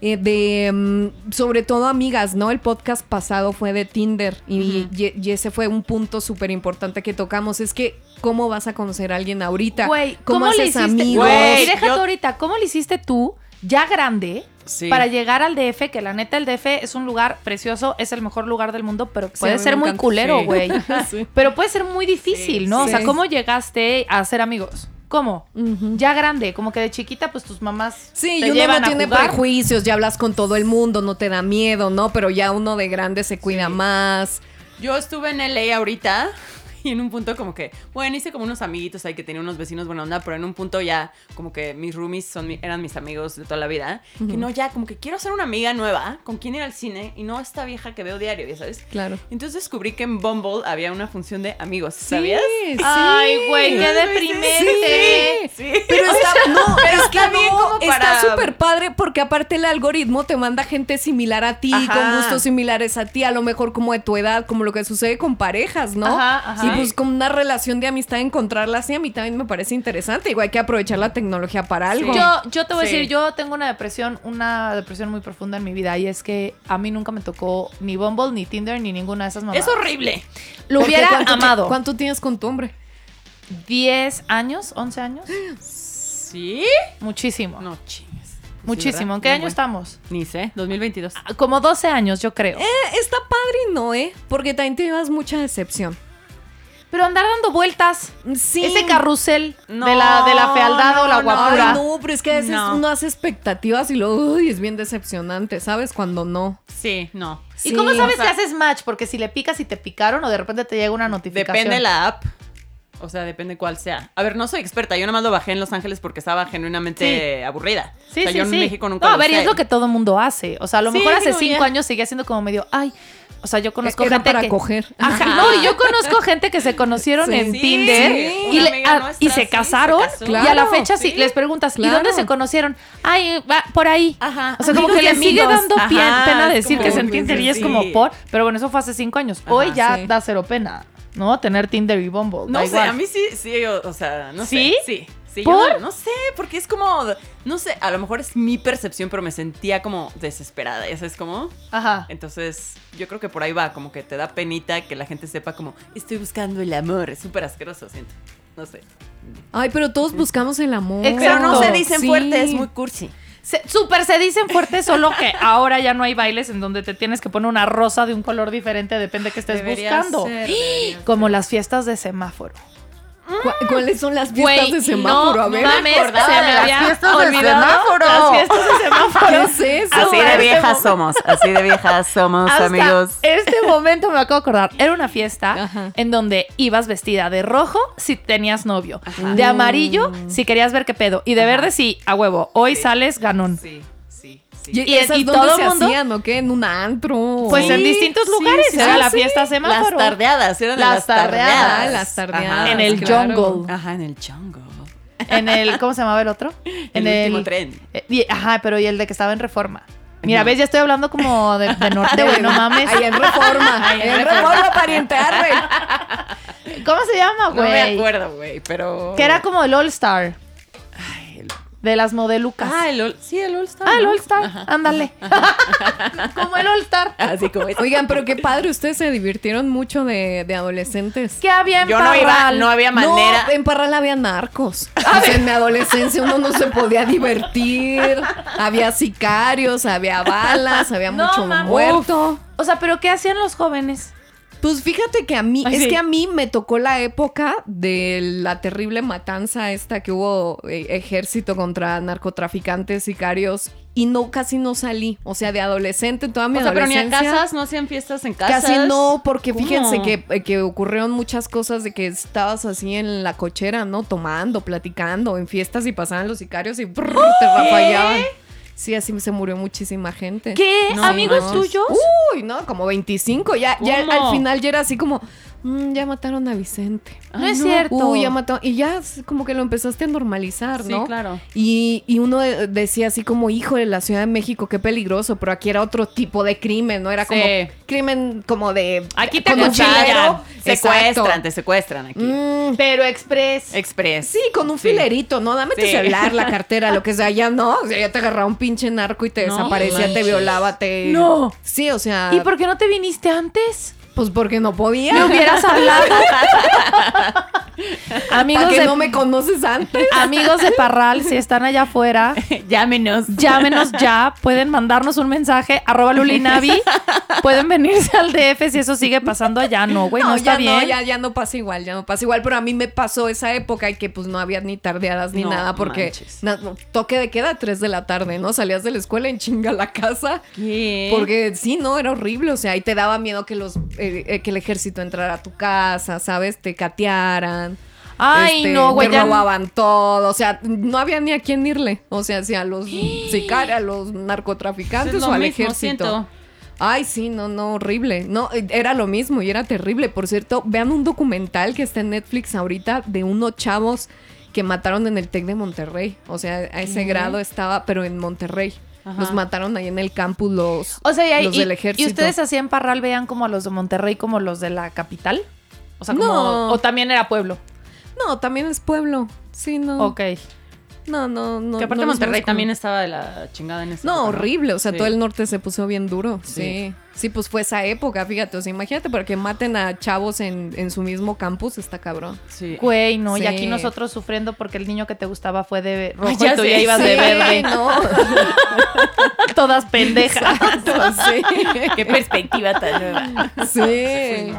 Speaker 2: eh, de mm, sobre todo amigas, ¿no? El podcast pasado fue de Tinder y, y- y ese fue un punto súper importante que tocamos. Es que, ¿cómo vas a conocer a alguien ahorita?
Speaker 4: Güey, ¿cómo, le hiciste?
Speaker 2: amigos?
Speaker 5: Güey,
Speaker 4: y deja
Speaker 5: yo-
Speaker 4: tú ahorita, ¿cómo le hiciste tú, ya grande,
Speaker 5: Sí.
Speaker 4: para llegar al DF? Que la neta, el DF es un lugar precioso, es el mejor lugar del mundo, pero puede
Speaker 2: a mí
Speaker 4: ser
Speaker 2: me
Speaker 4: muy
Speaker 2: encanta.
Speaker 4: culero,
Speaker 5: Sí.
Speaker 4: güey.
Speaker 5: Sí.
Speaker 4: Pero puede ser muy difícil,
Speaker 5: Sí,
Speaker 4: ¿no? O
Speaker 2: sí.
Speaker 4: sea, ¿cómo llegaste a ser amigos? ¿Cómo?
Speaker 2: Ujú.
Speaker 4: Ya grande, como que de chiquita, pues tus mamás
Speaker 2: Sí,
Speaker 4: te
Speaker 2: y uno
Speaker 4: llevan
Speaker 2: no
Speaker 4: a
Speaker 2: tiene
Speaker 4: jugar.
Speaker 2: prejuicios, ya hablas con todo el mundo, no te da miedo, ¿no? Pero ya uno de grande se cuida más.
Speaker 5: Yo estuve en LA ahorita y en un punto como que, bueno, hice como unos amiguitos ahí que tenía unos vecinos buena onda, pero en un punto ya como que mis roomies son, mi- eran mis amigos de toda la vida. Que no, ya como que quiero hacer una amiga nueva con quien ir al cine y no esta vieja que veo diario, ya sabes.
Speaker 2: Claro.
Speaker 5: Entonces descubrí que en Bumble había una función de amigos, ¿sabías?
Speaker 2: Sí,
Speaker 4: Ay, güey, qué
Speaker 5: Sí,
Speaker 4: deprimente.
Speaker 5: Sí,
Speaker 2: Pero está, no, es que
Speaker 5: está bien
Speaker 2: no,
Speaker 5: como
Speaker 2: está
Speaker 5: para-
Speaker 2: súper padre porque aparte el algoritmo te manda gente similar a ti,
Speaker 5: Ajá.
Speaker 2: con gustos similares a ti, a lo mejor como de tu edad, como lo que sucede con parejas, ¿no?
Speaker 4: Ajá, ajá.
Speaker 2: Y pues con una relación de amistad encontrarla así a mí también me parece interesante. Igual hay que aprovechar la tecnología para algo.
Speaker 4: Yo, yo te voy
Speaker 5: Sí.
Speaker 4: a decir, yo tengo una depresión, una depresión muy profunda en mi vida y es que a mí nunca me tocó ni Bumble, ni Tinder, ni ninguna de esas mamás.
Speaker 5: Es horrible.
Speaker 4: Lo
Speaker 2: Porque
Speaker 4: hubiera
Speaker 2: ¿cuánto ti-
Speaker 4: amado.
Speaker 2: ¿Cuánto tienes con tu hombre?
Speaker 4: 10 años, 11 años.
Speaker 5: ¿Sí?
Speaker 4: Muchísimo.
Speaker 5: No chingues. Sí,
Speaker 4: muchísimo.
Speaker 5: ¿verdad?
Speaker 4: ¿En qué
Speaker 5: No,
Speaker 4: año
Speaker 5: bueno.
Speaker 4: estamos?
Speaker 5: Ni sé, 2022.
Speaker 4: Ah, Como 12 años, yo creo.
Speaker 2: Eh, está padre y no, ¿eh? Porque también te llevas mucha decepción.
Speaker 4: Pero andar dando vueltas.
Speaker 2: Sí.
Speaker 4: Ese carrusel
Speaker 5: No,
Speaker 4: de, la, de la fealdad o la
Speaker 5: no, no,
Speaker 4: guapura.
Speaker 2: Ay, no, pero es que a veces
Speaker 5: No.
Speaker 2: uno hace expectativas y luego, uy, es bien decepcionante, ¿sabes? Cuando no.
Speaker 5: Sí, no.
Speaker 4: ¿Y
Speaker 2: Sí.
Speaker 4: cómo sabes
Speaker 5: O sea-
Speaker 4: que haces match? Porque si le picas y te picaron o de repente te llega una notificación.
Speaker 5: Depende la app. O sea, depende cuál sea. A ver, no soy experta. Yo nada más lo bajé en Los Ángeles porque estaba genuinamente aburrida.
Speaker 4: Sí,
Speaker 5: o sea,
Speaker 4: sí,
Speaker 5: yo
Speaker 4: sí.
Speaker 5: en México nunca
Speaker 4: No, a
Speaker 5: lo
Speaker 4: ver, y
Speaker 5: usé.
Speaker 4: es lo que todo mundo hace. O sea, a lo
Speaker 5: Sí,
Speaker 4: mejor hace
Speaker 5: digo,
Speaker 4: cinco
Speaker 5: ya.
Speaker 4: años seguía siendo como medio, ay, o sea, yo conozco
Speaker 2: Era
Speaker 4: gente
Speaker 2: para
Speaker 4: que...
Speaker 2: coger.
Speaker 4: Ajá, no, y yo conozco gente que se conocieron
Speaker 2: Sí.
Speaker 4: en
Speaker 5: Sí,
Speaker 4: Tinder
Speaker 5: sí,
Speaker 4: y,
Speaker 5: una
Speaker 4: le-
Speaker 5: amiga
Speaker 4: a-
Speaker 5: nuestra,
Speaker 4: y se
Speaker 5: sí,
Speaker 4: casaron
Speaker 5: se casó.
Speaker 4: y a la
Speaker 2: Claro,
Speaker 4: fecha sí,
Speaker 5: sí.
Speaker 4: les preguntas, ¿y
Speaker 2: Claro.
Speaker 4: dónde se conocieron? Ay, va por ahí.
Speaker 5: Ajá,
Speaker 4: O sea, como
Speaker 5: amigos
Speaker 4: que
Speaker 5: Ah, y
Speaker 4: le sigue
Speaker 5: amigos.
Speaker 4: dando pie-
Speaker 5: Ajá,
Speaker 4: pena
Speaker 5: es
Speaker 4: decir que
Speaker 5: como
Speaker 4: se en
Speaker 5: que
Speaker 4: Tinder y es
Speaker 5: sí.
Speaker 4: como por, pero bueno, eso fue hace cinco años. Hoy
Speaker 5: Ajá,
Speaker 4: ya
Speaker 2: sí.
Speaker 4: da cero pena, ¿no? Tener Tinder y Bumble. da
Speaker 5: No sé,
Speaker 4: igual.
Speaker 5: a mí sí, sí, o, o sea, no
Speaker 4: ¿Sí?
Speaker 5: sé. Sí. Sí,
Speaker 4: ¿Por?
Speaker 5: yo no sé, porque es como, no sé, a lo mejor es mi percepción, pero me sentía como desesperada, ya sabes cómo.
Speaker 4: Ajá.
Speaker 5: Entonces, yo creo que por ahí va, como que te da penita que la gente sepa como, estoy buscando el amor, es súper asqueroso, siento. No sé.
Speaker 2: Ay, pero todos buscamos el amor.
Speaker 4: Exacto.
Speaker 5: Pero no se dicen
Speaker 2: Sí.
Speaker 5: fuerte, es muy cursi.
Speaker 4: Se- Súper se dicen fuertes, solo que ahora ya no hay bailes en donde te tienes que poner una rosa de un color diferente, depende que estés
Speaker 5: Debería
Speaker 4: buscando.
Speaker 5: ser,
Speaker 4: Como las fiestas de semáforo.
Speaker 2: ¿Cu- ¿Cuáles son las fiestas
Speaker 4: Güey,
Speaker 2: de semáforo?
Speaker 4: no
Speaker 2: A ver.
Speaker 4: mames,
Speaker 5: acordaba
Speaker 4: se
Speaker 5: de
Speaker 4: me
Speaker 5: las
Speaker 4: había
Speaker 5: fiestas de
Speaker 4: olvidado
Speaker 5: semáforo.
Speaker 4: Las fiestas de
Speaker 2: ¿Qué
Speaker 4: semáforo.
Speaker 2: es eso?
Speaker 4: Así de viejas
Speaker 5: somos, así de viejas somos,
Speaker 4: Hasta este momento me acabo de acordar. Era una fiesta
Speaker 2: Ajá.
Speaker 4: en donde ibas vestida de rojo si tenías novio, de amarillo si querías ver qué pedo, y de verde si a huevo. Hoy
Speaker 5: Sí.
Speaker 4: sales ganón.
Speaker 5: Sí, sí, sí.
Speaker 2: ¿Y,
Speaker 4: Y-
Speaker 2: esas
Speaker 4: y
Speaker 2: dónde
Speaker 4: todo
Speaker 2: se
Speaker 4: mundo-
Speaker 2: hacían o qué? ¿En un antro?
Speaker 4: Pues en
Speaker 2: Sí,
Speaker 4: distintos
Speaker 2: sí,
Speaker 4: lugares.
Speaker 2: sí,
Speaker 4: era
Speaker 2: sí,
Speaker 4: la
Speaker 2: sí.
Speaker 4: fiesta
Speaker 5: Las
Speaker 4: semáforo.
Speaker 5: tardeadas, eran
Speaker 4: Las
Speaker 5: las,
Speaker 4: tardeadas.
Speaker 5: tardeadas.
Speaker 2: Ah, las tardeadas.
Speaker 5: Ajá.
Speaker 4: En el
Speaker 2: claro.
Speaker 4: jungle.
Speaker 5: Ajá, en el chongo.
Speaker 4: En el, ¿cómo se llamaba el otro?
Speaker 5: En el último tren.
Speaker 4: eh, y- ajá, pero y el de que estaba en reforma. Mira, ves, ya estoy hablando como de, de
Speaker 5: Ah,
Speaker 4: norte, güey, no mames.
Speaker 2: Ahí en reforma.
Speaker 4: Ahí en
Speaker 2: en
Speaker 4: Reforma.
Speaker 2: reforma parientear, güey.
Speaker 4: ¿Cómo se llama,
Speaker 5: No me
Speaker 4: güey?
Speaker 5: acuerdo, güey, pero.
Speaker 4: que era como el All Star de las modelucas.
Speaker 5: Ah, el All- sí, el All Star.
Speaker 4: Ah, el
Speaker 5: ¿no?
Speaker 4: All Star, ándale. Como el All Star.
Speaker 5: Así como es.
Speaker 2: Oigan, pero qué padre, ustedes se divirtieron mucho de, de adolescentes.
Speaker 4: ¿Qué había en
Speaker 5: Yo no iba,
Speaker 4: Parral?
Speaker 5: no había manera.
Speaker 2: No, en Parral había narcos. O sea, en mi adolescencia uno no se podía divertir. Había sicarios, había balas, había
Speaker 4: No,
Speaker 2: mucho
Speaker 4: mames.
Speaker 2: muerto.
Speaker 4: O sea, pero ¿qué hacían los jóvenes?
Speaker 2: Pues fíjate que a mí,
Speaker 4: Ay,
Speaker 2: es
Speaker 4: sí.
Speaker 2: que a mí me tocó la época de la terrible matanza esta que hubo eh, ejército contra narcotraficantes, sicarios, y no, casi no salí. O sea, de adolescente, toda mi
Speaker 5: O sea, pero ni a
Speaker 2: adolescencia.
Speaker 5: casas, no hacían fiestas en casas.
Speaker 2: Casi no, porque
Speaker 5: ¿Cómo?
Speaker 2: fíjense que, eh, que ocurrieron muchas cosas de que estabas así en la cochera, ¿no? Tomando, platicando, en fiestas y pasaban los sicarios y brrr, te rafallaban. Sí, así se murió muchísima gente.
Speaker 4: ¿Qué?
Speaker 5: No,
Speaker 4: ¿Amigos
Speaker 5: no.
Speaker 4: tuyos?
Speaker 2: Uy, no, como 25. Ya, ya
Speaker 5: ¿Cómo?
Speaker 2: al final ya era así como, "Mm, ya mataron a Vicente.
Speaker 4: no es cierto.
Speaker 2: Uy, ya mató. Y ya es como que lo empezaste a normalizar,
Speaker 5: Sí,
Speaker 2: ¿no?
Speaker 5: claro.
Speaker 2: Y, y uno de- decía así como, hijo de la Ciudad de México, qué peligroso, pero aquí era otro tipo de crimen, ¿no? Era como
Speaker 5: Sí.
Speaker 2: crimen como de...
Speaker 5: Aquí te
Speaker 2: como
Speaker 5: acuchillan,
Speaker 2: chilero.
Speaker 5: secuestran,
Speaker 2: Exacto.
Speaker 5: te secuestran aquí.
Speaker 2: Mm,
Speaker 4: Pero Express.
Speaker 5: Express.
Speaker 2: Sí, con un filerito, ¿no? Dame tu
Speaker 5: Sí.
Speaker 2: celular, la cartera, lo que sea. Ya no, o sea, ya te agarraba un pinche narco y te
Speaker 5: No
Speaker 2: desaparecía, te
Speaker 5: manches.
Speaker 2: violaba, te...
Speaker 4: No.
Speaker 2: Sí, o sea...
Speaker 4: ¿Y por qué no te viniste antes?
Speaker 2: Pues porque no podía.
Speaker 4: Me hubieras hablado.
Speaker 2: ¿Para
Speaker 4: amigos,
Speaker 2: que
Speaker 4: de,
Speaker 2: no me conoces antes?
Speaker 4: amigos de Parral, si están allá afuera,
Speaker 5: Llámenos.
Speaker 4: Llámenos ya, pueden mandarnos un mensaje, arroba lulinavi, pueden venirse al DF si eso sigue pasando allá, no, güey, no, está
Speaker 2: ya
Speaker 4: bien.
Speaker 2: no, ya, ya no pasa igual, ya no pasa igual, pero a mí me pasó esa época en que pues no había ni tardeadas ni
Speaker 5: No
Speaker 2: nada, porque
Speaker 5: manches.
Speaker 2: na- no, toque de queda 3 de la tarde, ¿no? Salías de la escuela en chinga a la casa.
Speaker 5: ¿Qué?
Speaker 2: Porque sí, no, era horrible, o sea, y te daba miedo que los eh, eh, que el ejército entrara a tu casa, ¿sabes? Te catearan.
Speaker 4: Ay,
Speaker 2: este,
Speaker 4: no, güey,
Speaker 2: Te
Speaker 4: ya-
Speaker 2: robaban todo, o sea, no había ni a quién irle, o sea, si a los sicarios, a los narcotraficantes
Speaker 5: Es lo
Speaker 2: o al
Speaker 5: mismo,
Speaker 2: ejército.
Speaker 5: siento.
Speaker 2: Ay, sí, no, no, horrible. No, eh, era lo mismo y era terrible. Por cierto, vean un documental que está en Netflix ahorita de unos chavos que mataron en el TEC de Monterrey. O sea, a ese grado estaba, pero en Monterrey.
Speaker 5: Ajá.
Speaker 2: Los mataron ahí en el campus los,
Speaker 4: O sea, y, ahí-
Speaker 2: los
Speaker 4: y-
Speaker 2: del
Speaker 4: y
Speaker 2: ejército.
Speaker 4: ustedes así en Parral veían como a los de Monterrey como los de la capital? O sea, como,
Speaker 2: No.
Speaker 4: o también era pueblo.
Speaker 2: No, también es pueblo. Sí, no.
Speaker 4: Ok.
Speaker 2: No, no, no.
Speaker 5: que aparte
Speaker 2: no los
Speaker 5: Monterrey
Speaker 2: vemos como-
Speaker 5: también estaba de la chingada en ese
Speaker 2: No, horrible. O sea,
Speaker 5: Sí.
Speaker 2: todo el norte se puso bien duro. Sí.
Speaker 5: Sí.
Speaker 2: sí. pues fue esa época, fíjate. O sea, imagínate, para que maten a chavos en, en su mismo campus, está cabrón.
Speaker 5: Sí.
Speaker 4: Güey, no, y
Speaker 2: Sí.
Speaker 4: aquí nosotros sufriendo porque el niño que te gustaba fue de rojo
Speaker 5: ya
Speaker 4: y tú
Speaker 5: sé,
Speaker 4: ya ibas de
Speaker 2: Sí,
Speaker 4: verde.
Speaker 2: No.
Speaker 4: Todas pendejas.
Speaker 5: Qué perspectiva tan nueva.
Speaker 2: Sí.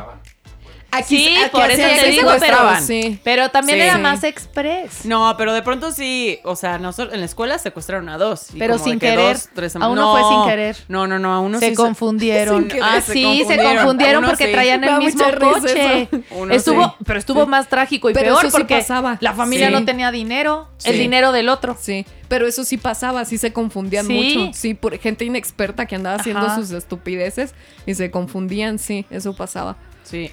Speaker 2: Aquí,
Speaker 4: Sí,
Speaker 2: aquí
Speaker 4: por eso
Speaker 2: hacían-
Speaker 4: te
Speaker 2: aquí
Speaker 4: digo, pero-
Speaker 2: secuestraban, sí.
Speaker 4: Pero también
Speaker 5: Sí.
Speaker 4: era
Speaker 5: Sí.
Speaker 4: más express.
Speaker 5: No, pero de pronto sí, o sea, nosotros en la escuela secuestraron a dos. y
Speaker 4: Pero
Speaker 5: como de
Speaker 4: sin
Speaker 5: que
Speaker 4: querer.
Speaker 5: dos, tres
Speaker 4: A uno
Speaker 5: no,
Speaker 4: fue sin querer.
Speaker 5: No, no, no, a uno
Speaker 4: se
Speaker 5: sí
Speaker 4: confundieron.
Speaker 5: sin querer.
Speaker 4: Ah,
Speaker 5: Se
Speaker 4: sí, se
Speaker 5: confundieron.
Speaker 4: confundieron
Speaker 5: Uno
Speaker 4: porque
Speaker 5: sí.
Speaker 4: traían
Speaker 2: Me da
Speaker 4: el mismo
Speaker 2: mucha risa
Speaker 4: coche.
Speaker 2: eso.
Speaker 5: Uno
Speaker 4: Estuvo,
Speaker 5: sí.
Speaker 4: pero estuvo más trágico y
Speaker 2: Pero
Speaker 4: peor
Speaker 2: eso sí
Speaker 4: porque
Speaker 2: pasaba.
Speaker 4: la familia
Speaker 2: Sí.
Speaker 4: no tenía dinero, el
Speaker 5: Sí.
Speaker 4: dinero del otro.
Speaker 2: Sí, pero eso sí pasaba, sí se confundían
Speaker 4: Sí.
Speaker 2: mucho. Sí, por gente inexperta que andaba haciendo
Speaker 4: Ajá.
Speaker 2: sus estupideces y se confundían, sí, eso pasaba.
Speaker 5: Sí.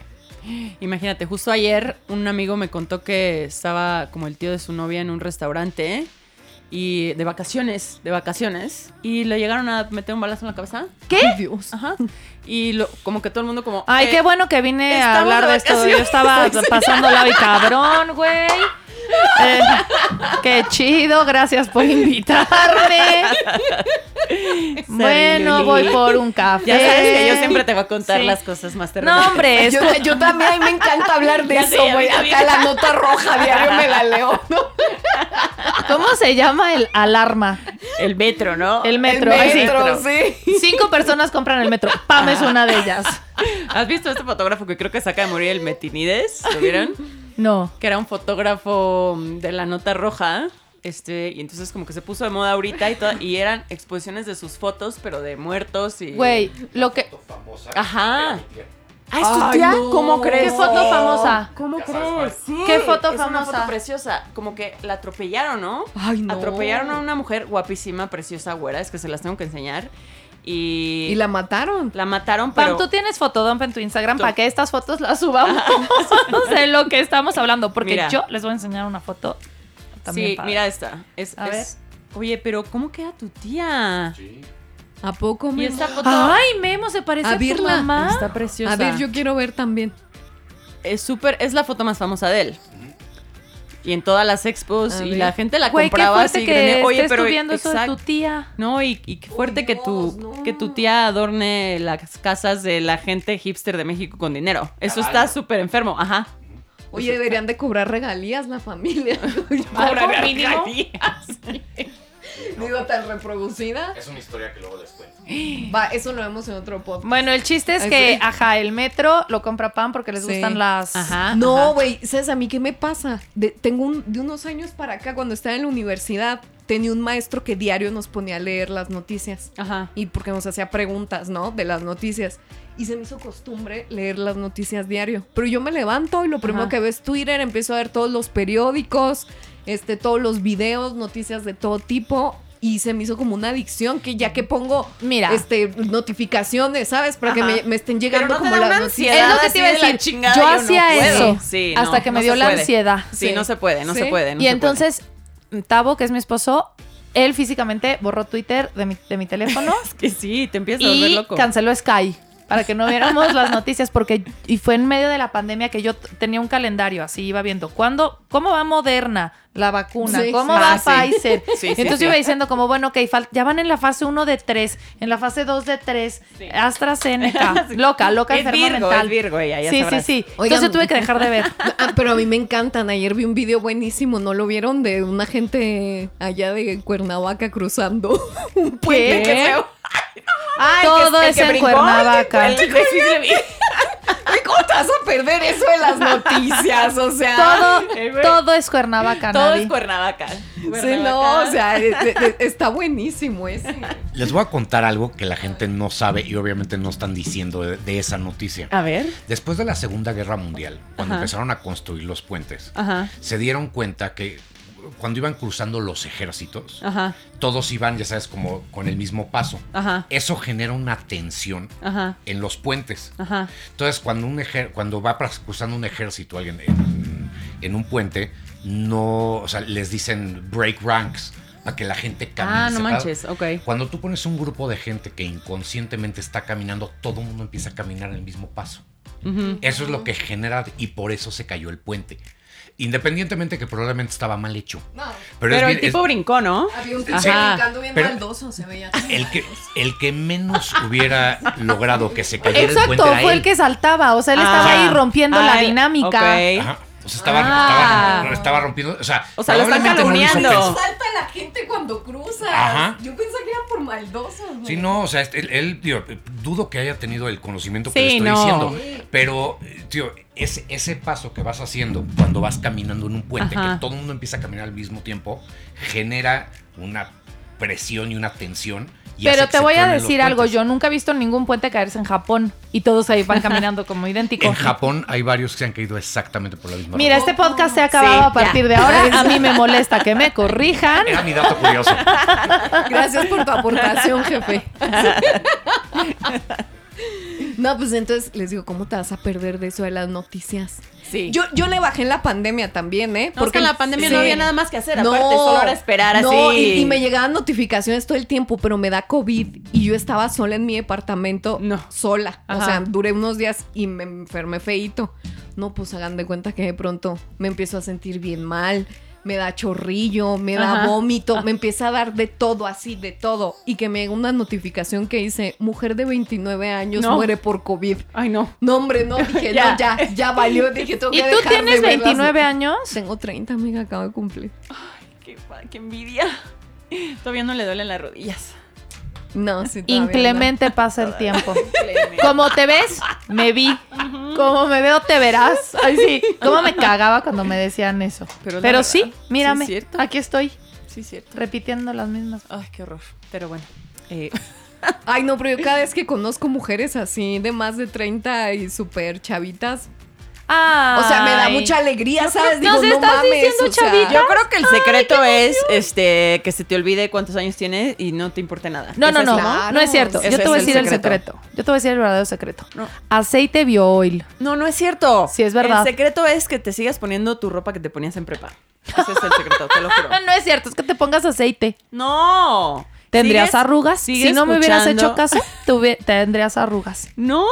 Speaker 5: Imagínate, justo ayer un amigo me contó que estaba como el tío de su novia en un restaurante y de vacaciones, de vacaciones, y le llegaron a meter un balazo en la cabeza.
Speaker 4: ¿Qué?
Speaker 2: Ay, Dios.
Speaker 5: Ajá. Y lo- como que todo el mundo como
Speaker 4: Ay,
Speaker 5: eh,
Speaker 4: qué bueno que vine a
Speaker 5: estamos
Speaker 4: hablar
Speaker 5: de
Speaker 4: de esto. Yo
Speaker 5: vacaciones.
Speaker 4: estaba pasándola y cabrón, güey. Eh, qué chido, gracias por invitarme. bueno, voy por un café.
Speaker 5: Ya sabes que yo siempre te voy a contar
Speaker 4: Eh, Sí.
Speaker 5: las cosas más terribles.
Speaker 4: No, hombre, es
Speaker 2: Yo,
Speaker 4: como-
Speaker 2: yo también ay, me encanta hablar de
Speaker 5: Ya sé,
Speaker 2: eso,
Speaker 5: a mí
Speaker 2: güey.
Speaker 5: también.
Speaker 2: Acá la nota roja diario me la leo. ¿no?
Speaker 4: ¿cómo se llama el alarma?
Speaker 5: El metro, ¿no?
Speaker 4: El
Speaker 2: El
Speaker 4: metro. ay, sí.
Speaker 2: metro, sí.
Speaker 4: Cinco personas compran el metro. Pam es una de ellas.
Speaker 5: ¿Has visto este fotógrafo que creo que saca de morir el Metinides? ¿Lo vieron?
Speaker 4: No.
Speaker 5: que era un fotógrafo mm, de la nota roja. Este, y entonces como que se puso de moda ahorita y todo, y eran exposiciones de sus fotos, pero de muertos y.
Speaker 4: Güey, lo que.
Speaker 5: Ajá. Ah,
Speaker 2: ¿es tu tía? ¿Cómo crees?
Speaker 4: ¿Qué foto famosa?
Speaker 5: ¿Cómo crees? Sí,
Speaker 4: ¿Qué foto
Speaker 5: es Una
Speaker 4: famosa?
Speaker 5: foto preciosa. Como que la atropellaron, ¿no?
Speaker 2: Ay, no.
Speaker 5: Atropellaron a una mujer guapísima, preciosa, güera, es que se las tengo que enseñar. Y.
Speaker 2: Y la mataron.
Speaker 5: la mataron,
Speaker 4: Pam,
Speaker 5: pero.
Speaker 4: tú tienes fotodump en tu Instagram
Speaker 5: Tú.
Speaker 4: para que estas fotos las subamos de lo que estamos hablando. Porque
Speaker 5: Mira.
Speaker 4: yo les voy a enseñar una foto también.
Speaker 5: sí,
Speaker 4: padre.
Speaker 5: mira esta. Es,
Speaker 4: A
Speaker 5: es- Oye, pero ¿cómo queda tu tía?
Speaker 2: ¿A poco,
Speaker 5: Y
Speaker 2: mi
Speaker 5: esta
Speaker 2: amor?
Speaker 5: foto.
Speaker 4: Ay, Memo, se parece
Speaker 2: A
Speaker 4: a, tu
Speaker 2: verla.
Speaker 4: mamá.
Speaker 5: Está preciosa.
Speaker 2: A ver, yo quiero ver también.
Speaker 5: es súper, es la foto más famosa de él. Y en todas las expos
Speaker 2: A
Speaker 5: y
Speaker 2: ver.
Speaker 5: la gente la
Speaker 4: Güey, qué
Speaker 5: compraba
Speaker 4: fuerte
Speaker 5: así.
Speaker 4: que
Speaker 5: grande. Oye,
Speaker 4: estés
Speaker 5: pero
Speaker 4: subiendo eso de tu
Speaker 5: exacto.
Speaker 4: tía.
Speaker 5: No, y, y qué fuerte que tu
Speaker 2: Dios, no.
Speaker 5: que tu tía adorne las casas de la gente hipster de México con dinero. Eso está súper enfermo, ajá.
Speaker 2: Oye, deberían de cobrar regalías la familia.
Speaker 4: Algo
Speaker 5: Pobre
Speaker 4: mínimo.
Speaker 5: regalías.
Speaker 2: Digo, tan reproducida.
Speaker 6: Es una historia que luego les cuento.
Speaker 2: Va, eso lo vemos en otro podcast.
Speaker 4: Bueno, el chiste es
Speaker 2: Ay,
Speaker 4: que,
Speaker 2: sí.
Speaker 4: ajá, el metro lo compra Pam porque les
Speaker 2: Sí.
Speaker 4: gustan las.
Speaker 5: Ajá. ajá.
Speaker 2: No, güey, ¿sabes a mí qué me pasa? De- tengo un- de unos años para acá, cuando estaba en la universidad, tenía un maestro que diario nos ponía a leer las noticias.
Speaker 5: Ajá.
Speaker 2: Y porque nos hacía preguntas, ¿no? De las noticias. Y se me hizo costumbre leer las noticias diario. Pero yo me levanto y lo primero
Speaker 4: Ajá.
Speaker 2: que veo es Twitter, empiezo a ver todos los periódicos, este, todos los videos, noticias de todo tipo. Y se me hizo como una adicción que ya que pongo
Speaker 4: Mira.
Speaker 2: este, notificaciones, ¿sabes? Para
Speaker 5: Ajá.
Speaker 2: que me, me estén
Speaker 5: Pero
Speaker 2: llegando
Speaker 5: no te
Speaker 2: como
Speaker 5: da una
Speaker 2: las noticias.
Speaker 5: ansiedad
Speaker 4: Es lo que
Speaker 5: así
Speaker 4: te iba a
Speaker 5: de la
Speaker 4: decir.
Speaker 5: chingada,
Speaker 4: Yo
Speaker 5: no
Speaker 4: hacía
Speaker 5: puedo.
Speaker 4: eso
Speaker 5: Sí,
Speaker 4: hasta
Speaker 5: no,
Speaker 4: que me
Speaker 5: no
Speaker 4: dio
Speaker 5: se
Speaker 4: la
Speaker 5: puede.
Speaker 4: ansiedad.
Speaker 5: Sí,
Speaker 2: Sí.
Speaker 5: no se puede, no
Speaker 2: Sí.
Speaker 5: se puede. no
Speaker 4: Y
Speaker 5: se
Speaker 4: entonces, Tavo, que es mi esposo, él físicamente borró Twitter de mi, de mi teléfono
Speaker 5: puede. que sí, te empiezas a volver
Speaker 4: y
Speaker 5: loco.
Speaker 4: canceló Sky para que no viéramos las noticias porque y fue en medio de la pandemia que yo t- tenía un calendario así iba viendo cuándo cómo va Moderna la vacuna
Speaker 2: Sí,
Speaker 4: cómo
Speaker 5: sí.
Speaker 4: va
Speaker 5: Ah, sí.
Speaker 4: Pfizer
Speaker 5: Sí, sí,
Speaker 4: entonces
Speaker 5: sí.
Speaker 4: yo iba diciendo como bueno ok fal- ya van en la fase 1 de 3 en la fase 2 de 3
Speaker 5: Sí.
Speaker 4: AstraZeneca loca loca
Speaker 5: es
Speaker 4: enferma
Speaker 5: Virgo,
Speaker 4: mental
Speaker 5: es Virgo ella, ya
Speaker 4: sí
Speaker 5: sabrás.
Speaker 4: sí sí
Speaker 2: Oigan.
Speaker 4: entonces tuve que dejar de ver
Speaker 2: Ah, pero a mí me encantan. Ayer vi un video buenísimo, ¿no lo vieron? De una gente allá de Cuernavaca cruzando un puente. que se-
Speaker 5: Ay,
Speaker 4: Todo
Speaker 5: el
Speaker 4: es en
Speaker 5: brincó,
Speaker 4: Cuernavaca.
Speaker 5: el que- el que sí se vi.
Speaker 2: Ay, ¿Cómo te vas a perder eso de las noticias? O sea,
Speaker 4: todo
Speaker 5: Eh, güey.
Speaker 4: todo es Cuernavaca
Speaker 5: Todo
Speaker 4: Navi.
Speaker 5: es Cuernavaca.
Speaker 2: sí, no, o sea, e- e- e- está buenísimo ese.
Speaker 6: Les voy a contar algo que la gente no sabe y obviamente no están diciendo de, de esa noticia.
Speaker 5: A ver.
Speaker 6: Después de la Segunda Guerra Mundial, cuando
Speaker 5: Ajá.
Speaker 6: empezaron a construir los puentes,
Speaker 5: Ajá.
Speaker 6: se dieron cuenta que cuando iban cruzando los ejércitos,
Speaker 5: Ajá.
Speaker 6: todos iban, ya sabes, como con el mismo paso.
Speaker 5: Ajá.
Speaker 6: Eso genera una tensión
Speaker 5: Ajá.
Speaker 6: en los puentes.
Speaker 5: Ajá.
Speaker 6: Entonces, cuando, un ejer- cuando va pras- cruzando un ejército alguien en, en un puente, no, o sea, les dicen break ranks para que la gente camine.
Speaker 5: Ah, no
Speaker 6: separado.
Speaker 5: manches, ok.
Speaker 6: Cuando tú pones un grupo de gente que inconscientemente está caminando, todo el mundo empieza a caminar en el mismo paso.
Speaker 5: Ujú.
Speaker 6: Eso es lo que genera y por eso se cayó el puente. Independientemente que probablemente estaba mal hecho. Pero,
Speaker 5: Pero,
Speaker 6: es
Speaker 5: el
Speaker 6: bien- es-
Speaker 5: tipo brincó, ¿no?
Speaker 2: Había un
Speaker 5: tipo Ajá.
Speaker 2: brincando bien
Speaker 6: Pero-
Speaker 2: maldoso, se veía.
Speaker 6: el que, el que menos hubiera logrado que se cayera el puente
Speaker 4: Exacto,
Speaker 6: era
Speaker 4: fue
Speaker 6: él.
Speaker 4: el que saltaba, o sea, él estaba
Speaker 5: Ah.
Speaker 4: ahí rompiendo la
Speaker 5: Ay,
Speaker 4: dinámica.
Speaker 5: ok.
Speaker 6: Ajá. O sea, estaba,
Speaker 4: Ah.
Speaker 6: estaba- estaba rompiendo. O sea,
Speaker 5: O sea, lo están
Speaker 6: probablemente no hizo
Speaker 5: calumniando.
Speaker 6: pens-
Speaker 2: Salta la gente cuando cruza.
Speaker 6: Ajá.
Speaker 2: Yo pensé que era por maldosos. güey.
Speaker 6: Sí, no, o sea, este- él, él, tío, dudo que haya tenido el conocimiento que
Speaker 5: Sí,
Speaker 6: le estoy
Speaker 5: no.
Speaker 6: diciendo. Pero, eh, tío, ese, ese paso que vas haciendo cuando vas caminando en un puente,
Speaker 5: Ajá.
Speaker 6: que todo el mundo empieza a caminar al mismo tiempo, genera una presión y una tensión. y hace
Speaker 4: Pero
Speaker 6: que
Speaker 4: te
Speaker 6: se
Speaker 4: voy a
Speaker 6: truenen los
Speaker 4: decir algo,
Speaker 6: puentes.
Speaker 4: yo nunca he visto ningún puente caerse en Japón y todos ahí van caminando como idénticos.
Speaker 6: En Japón hay varios que se han caído exactamente por la misma
Speaker 4: Mira,
Speaker 6: razón.
Speaker 4: este podcast se ha acabado
Speaker 5: Sí,
Speaker 4: a partir de ahora. A mí me molesta que me corrijan.
Speaker 6: Era mi dato curioso.
Speaker 2: Gracias por tu aportación, jefe. No, pues entonces les digo, ¿cómo te vas a perder de eso de las noticias?
Speaker 5: Sí.
Speaker 2: Yo, yo le bajé en la pandemia también, ¿eh?
Speaker 5: porque en la pandemia no
Speaker 2: Sí.
Speaker 5: había nada más que hacer, aparte solo era esperar
Speaker 2: no,
Speaker 5: así.
Speaker 2: Y, y me llegaban notificaciones todo el tiempo, pero me da COVID y yo estaba sola en mi departamento,
Speaker 5: No.
Speaker 2: sola. O
Speaker 5: Ajá.
Speaker 2: sea, duré unos días y me enfermé feito. no, pues hagan de cuenta que de pronto me empiezo a sentir bien mal, me da chorrillo, me da
Speaker 4: Ajá. Ah.
Speaker 2: vómito, me empieza a dar de todo, así, de todo. Y que me llega una notificación que dice, mujer de 29 años
Speaker 5: No.
Speaker 2: muere por COVID.
Speaker 5: Ay, no.
Speaker 2: No, hombre, no, dije,
Speaker 4: Ya.
Speaker 2: no, ya, ya valió, dije, tengo
Speaker 4: ¿Y
Speaker 2: que
Speaker 4: tú
Speaker 2: dejar de
Speaker 4: tienes
Speaker 2: verlas.
Speaker 4: 29 años?
Speaker 2: Tengo 30, amiga, acabo de cumplir.
Speaker 5: Qué, pa- qué envidia. Todavía no le duelen las rodillas.
Speaker 2: No, sí, todavía no.
Speaker 4: Inclemente pasa el tiempo. Como te ves, me vi. Como me veo, te verás. Ay, sí. Cómo me cagaba cuando me decían eso. Pero,
Speaker 5: Pero la verdad,
Speaker 4: sí, mírame.
Speaker 5: sí es cierto.
Speaker 4: aquí estoy,
Speaker 5: Sí, cierto.
Speaker 4: repitiendo las mismas.
Speaker 5: Ay, qué horror. Pero bueno. eh,
Speaker 2: Ay, no, pero yo cada vez que conozco mujeres así de más de 30 y súper chavitas,
Speaker 5: Ah,
Speaker 2: o sea, me da
Speaker 4: Ay.
Speaker 2: mucha alegría, ¿sabes? Digo,
Speaker 4: nos
Speaker 2: no
Speaker 4: estás
Speaker 2: mames,
Speaker 4: diciendo
Speaker 2: o sea,
Speaker 4: chavita.
Speaker 5: yo creo que el secreto es este que se te olvide cuántos años tienes y no te importa nada.
Speaker 4: No,
Speaker 5: Ese
Speaker 4: no,
Speaker 5: es
Speaker 4: no,
Speaker 5: la-
Speaker 2: la-
Speaker 4: no es cierto.
Speaker 5: Ese
Speaker 4: Yo te
Speaker 5: es
Speaker 4: voy a
Speaker 5: el
Speaker 4: decir el
Speaker 5: secreto.
Speaker 4: secreto. Yo te voy a decir el verdadero secreto.
Speaker 5: No.
Speaker 4: Aceite biooil.
Speaker 5: No, no es cierto.
Speaker 4: Sí, es verdad.
Speaker 5: El secreto es que te sigas poniendo tu ropa que te ponías en prepa. Ese es el secreto, te lo juro.
Speaker 4: No, no es cierto, es que te pongas aceite.
Speaker 5: No.
Speaker 4: ¿Tendrías
Speaker 5: Sigues-
Speaker 4: arrugas?
Speaker 5: sigues
Speaker 4: Si no me hubieras
Speaker 5: escuchando-
Speaker 4: hecho caso, tuve- tendrías arrugas.
Speaker 5: No.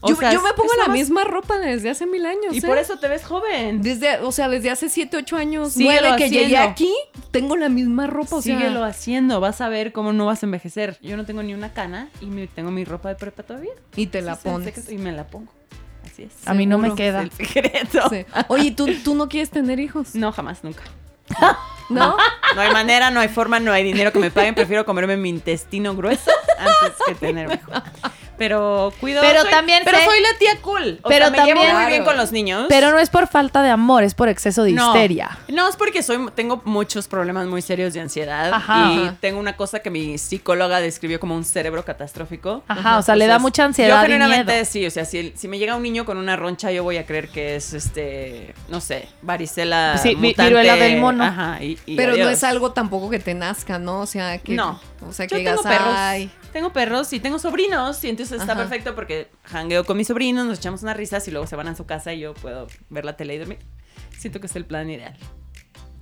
Speaker 5: O
Speaker 2: yo,
Speaker 5: sea,
Speaker 2: yo me
Speaker 5: es-
Speaker 2: pongo
Speaker 5: es
Speaker 2: la
Speaker 5: nada más-
Speaker 2: misma ropa desde hace mil años.
Speaker 5: Y
Speaker 2: ¿eh?
Speaker 5: por eso te ves joven.
Speaker 2: Desde, o sea, desde hace 7, 8 años,
Speaker 5: Síguelo
Speaker 2: 9 que llegué
Speaker 5: haciendo.
Speaker 2: aquí, tengo la misma ropa. O sea,
Speaker 5: Síguelo haciendo, vas a ver cómo no vas a envejecer. Yo no tengo ni una cana y me- tengo mi ropa de prepa todavía.
Speaker 2: y te la
Speaker 5: Ese es el
Speaker 2: pones.
Speaker 5: secreto, Y me la pongo. Así es.
Speaker 4: A mí no me
Speaker 2: Seguro.
Speaker 4: queda.
Speaker 5: Es el secreto.
Speaker 2: Sí. Oye, ¿tú, ¿tú no quieres tener hijos?
Speaker 5: No, jamás, nunca.
Speaker 2: ¿No?
Speaker 5: No hay manera, no hay forma, no hay dinero que me paguen. Prefiero comerme mi intestino grueso antes que tener un hijo. Pero cuido.
Speaker 4: Pero
Speaker 5: soy-
Speaker 4: también
Speaker 5: Pero
Speaker 4: sé-
Speaker 5: soy la tía cool. O
Speaker 4: Pero
Speaker 5: sea, me llevo
Speaker 4: también-
Speaker 5: muy bien con los niños.
Speaker 4: Pero no es por falta de amor, es por exceso de
Speaker 5: No.
Speaker 4: histeria.
Speaker 5: No, es porque soy, tengo muchos problemas muy serios de ansiedad.
Speaker 4: Ajá.
Speaker 5: Y
Speaker 4: Ajá.
Speaker 5: tengo una cosa que mi psicóloga describió como un cerebro catastrófico.
Speaker 4: Ajá, o sea, le da mucha ansiedad
Speaker 5: Yo
Speaker 4: y
Speaker 5: generalmente
Speaker 4: miedo.
Speaker 5: sí, o sea, si, si me llega un niño con una roncha, yo voy a creer que es este, no sé, varicela.
Speaker 4: Sí, vi-
Speaker 5: mutante.
Speaker 4: viruela del mono.
Speaker 5: Ajá, y, y
Speaker 2: Pero no
Speaker 5: adiós.
Speaker 2: es algo tampoco que te nazca, ¿no? O sea, que.
Speaker 5: No.
Speaker 2: O sea, que
Speaker 5: Yo tengo
Speaker 2: digas,
Speaker 5: perros.
Speaker 2: "Ay".
Speaker 5: Tengo perros y tengo sobrinos. Y entonces está
Speaker 2: Ajá.
Speaker 5: perfecto porque jangueo con mis sobrinos, nos echamos unas risas y luego se van a su casa y yo puedo ver la tele y dormir. Siento que es el plan ideal.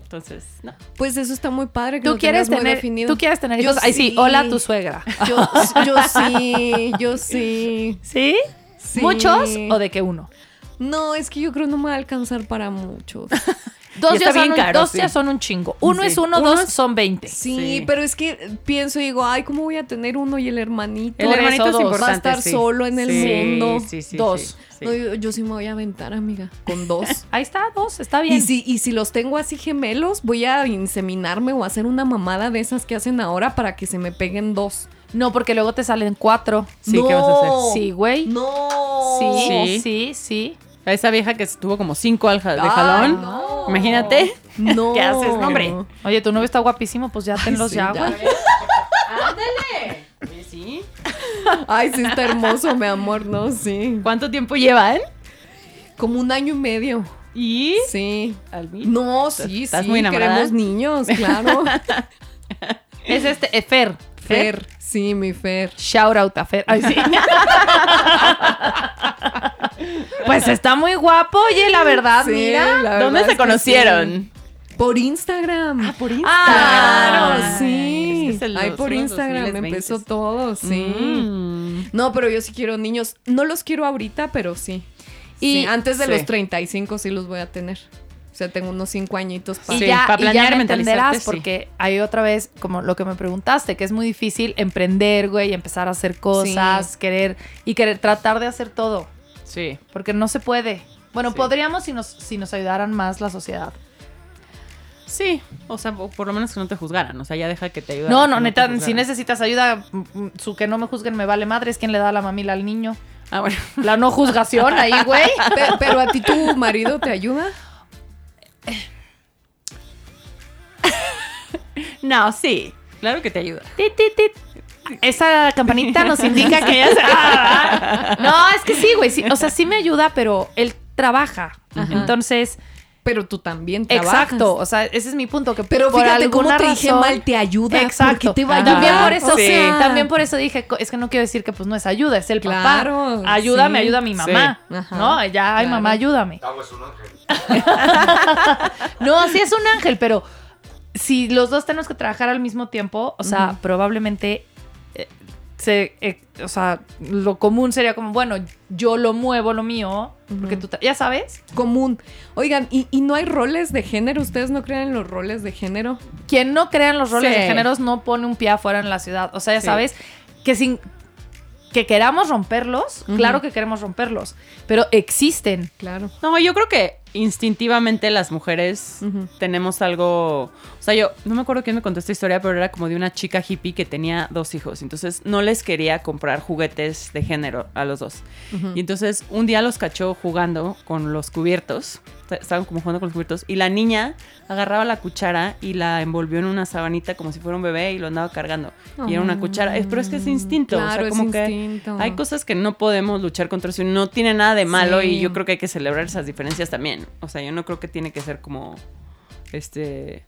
Speaker 5: Entonces, no.
Speaker 2: Pues eso está muy padre. Que
Speaker 4: Tú
Speaker 2: lo
Speaker 4: quieres
Speaker 2: tengas muy
Speaker 4: tener,
Speaker 2: definido.
Speaker 4: tú quieres tener
Speaker 2: Yo
Speaker 4: hijos. Ay, sí, hola a tu suegra.
Speaker 2: Yo, yo sí, yo sí,
Speaker 4: ¿Sí?
Speaker 2: sí.
Speaker 4: ¿Muchos o de qué uno?
Speaker 2: No, es que yo creo no me va a alcanzar para muchos.
Speaker 5: Y
Speaker 4: Dos,
Speaker 5: está
Speaker 4: ya son,
Speaker 5: bien
Speaker 4: un,
Speaker 5: caro,
Speaker 4: dos
Speaker 5: sí.
Speaker 4: ya son un chingo. Uno
Speaker 5: Sí.
Speaker 4: es uno,
Speaker 5: Uno
Speaker 4: dos
Speaker 5: es-
Speaker 4: son veinte.
Speaker 2: Sí,
Speaker 5: Sí.
Speaker 2: pero es que pienso y digo, ay, ¿cómo voy a tener uno y el hermanito?
Speaker 5: El
Speaker 4: Por
Speaker 5: hermanito
Speaker 4: eso
Speaker 5: es
Speaker 4: dos.
Speaker 5: importante.
Speaker 2: va a estar
Speaker 5: sí.
Speaker 2: solo en el
Speaker 5: Sí,
Speaker 2: mundo.
Speaker 5: sí, sí,
Speaker 2: dos.
Speaker 5: sí, sí.
Speaker 2: No, yo, yo sí me voy a aventar, amiga, con dos.
Speaker 4: Ahí está, dos, está bien.
Speaker 2: Y si, y si los tengo así gemelos, voy a inseminarme o hacer una mamada de esas que hacen ahora para que se me peguen dos.
Speaker 4: No, porque luego te salen cuatro.
Speaker 5: Sí, ¿qué vas a hacer?
Speaker 2: No.
Speaker 4: Sí, güey.
Speaker 2: No.
Speaker 4: Sí,
Speaker 5: Sí.
Speaker 4: Oh, sí, sí.
Speaker 5: A esa vieja que estuvo como cinco al ja- de
Speaker 2: Ay,
Speaker 5: jalón.
Speaker 2: no.
Speaker 5: Imagínate.
Speaker 2: No.
Speaker 5: ¿Qué haces, no, hombre?
Speaker 4: Oye, tu novio está guapísimo, pues ya tenlos
Speaker 2: sí,
Speaker 4: ya,
Speaker 2: ya.
Speaker 4: güey.
Speaker 5: ¡Ándale! Oye, sí.
Speaker 2: Ay, sí está hermoso, mi amor, no, sí.
Speaker 5: ¿Cuánto tiempo llevan?
Speaker 2: Como un año y medio.
Speaker 5: Y.
Speaker 2: Sí.
Speaker 5: Al mil.
Speaker 2: No, sí,
Speaker 5: ¿Estás
Speaker 2: sí.
Speaker 5: muy enamorada?
Speaker 2: queremos niños, claro.
Speaker 4: Es este, eh, Fer.
Speaker 2: Fer, sí, mi Fer.
Speaker 4: Shout out a Fer. Ay, sí. pues está muy guapo, oye, la verdad,
Speaker 2: Sí,
Speaker 4: mira.
Speaker 2: la
Speaker 5: ¿Dónde
Speaker 2: verdad
Speaker 5: se
Speaker 2: es que
Speaker 5: conocieron? Ah,
Speaker 2: sí. Por Instagram.
Speaker 5: por
Speaker 2: Claro,
Speaker 4: Ay,
Speaker 2: sí.
Speaker 5: es que es el-
Speaker 2: Ay,
Speaker 5: son
Speaker 2: por
Speaker 5: los
Speaker 2: Instagram
Speaker 5: 2020s.
Speaker 2: empezó todo, sí.
Speaker 5: Mm.
Speaker 2: No, pero yo sí quiero niños. No los quiero ahorita, pero sí. Y
Speaker 4: Y-
Speaker 2: antes de
Speaker 5: sí.
Speaker 2: los 35 sí los voy a tener. O sea, tengo unos 5 añitos para...
Speaker 4: Y,
Speaker 5: Sí,
Speaker 4: ya,
Speaker 5: para
Speaker 4: y ya
Speaker 5: planear,
Speaker 4: me
Speaker 5: mentalizarte,
Speaker 4: entenderás
Speaker 5: sí.
Speaker 4: porque hay otra vez como lo que me preguntaste, que es muy difícil emprender, güey, empezar a hacer cosas, querer y querer tratar de hacer todo,
Speaker 5: Sí.
Speaker 4: porque no se puede. Bueno,
Speaker 5: Sí.
Speaker 4: podríamos si nos, si nos ayudaran más la sociedad.
Speaker 5: Sí. O sea, po- por lo menos que no te juzgaran. O sea, ya deja que te ayuden.
Speaker 4: No, no,
Speaker 5: te
Speaker 4: neta, si
Speaker 5: juzgaran.
Speaker 4: necesitas ayuda, mm, mm, su que no me juzguen me vale madre, es quien le da la mamila al niño.
Speaker 5: Ah, bueno.
Speaker 4: La no juzgación ahí, güey.
Speaker 2: Pe- Pero, a ti tu marido te ayuda.
Speaker 5: No, sí. Claro que te ayuda.
Speaker 4: Tit, tit, tit. Esa campanita nos indica que ya se... No, es que sí, güey. sí, o sea, sí me ayuda, pero él trabaja.
Speaker 2: Ajá.
Speaker 4: Entonces,
Speaker 2: Pero tú también trabajas.
Speaker 4: exacto. O sea, ese es mi punto. Que
Speaker 2: Pero
Speaker 4: por
Speaker 2: fíjate cómo
Speaker 4: alguna
Speaker 2: te dije
Speaker 4: razón-
Speaker 2: mal, te ayuda.
Speaker 4: Exacto.
Speaker 2: porque te va a
Speaker 5: Ah,
Speaker 2: ayudar.
Speaker 4: también por eso,
Speaker 2: o
Speaker 5: sí.
Speaker 2: sea.
Speaker 4: también por eso dije, co- es que no quiero decir que pues no es ayuda, es el
Speaker 2: Claro,
Speaker 4: papá. Ayuda, me
Speaker 2: sí.
Speaker 4: ayuda mi mamá.
Speaker 2: Sí. Ajá,
Speaker 4: No, ya, ay,
Speaker 2: claro.
Speaker 4: mamá, ayúdame. No, sí es un ángel, pero si los dos tenemos que trabajar al mismo tiempo, o sea,
Speaker 2: Ujú.
Speaker 4: probablemente eh, se, eh, o sea, lo común sería como, bueno, yo lo muevo, lo mío, porque tú, tra- ya sabes,
Speaker 2: común. Oigan, ¿y, y no hay roles de género? ¿Ustedes no creen en los roles de género?
Speaker 4: quien no crea en los roles
Speaker 2: Sí.
Speaker 4: de géneros no pone un pie afuera en la ciudad. O sea, ya
Speaker 2: Sí.
Speaker 4: sabes que sin que queramos romperlos,
Speaker 2: Ujú.
Speaker 4: claro que queremos romperlos, pero existen.
Speaker 2: Claro.
Speaker 5: No, yo creo que instintivamente las mujeres
Speaker 2: Ujú.
Speaker 5: tenemos algo. O sea, yo no me acuerdo quién me contó esta historia, pero era como de una chica hippie que tenía dos hijos. Entonces no les quería comprar juguetes de género a los dos. Y entonces un día los cachó jugando con los cubiertos. O sea, Estaban como jugando con los cubiertos. Y la niña agarraba la cuchara y la envolvió en una sabanita como si fuera un bebé y lo andaba cargando. Y era una cuchara. Es- Pero es que es instinto. o
Speaker 2: Claro,
Speaker 5: sea,
Speaker 2: es
Speaker 5: como que
Speaker 2: instinto.
Speaker 5: hay cosas que no podemos luchar contra eso y no tiene nada de malo
Speaker 2: Sí.
Speaker 5: y yo creo que hay que celebrar esas diferencias también. O sea, yo no creo que tiene que ser como este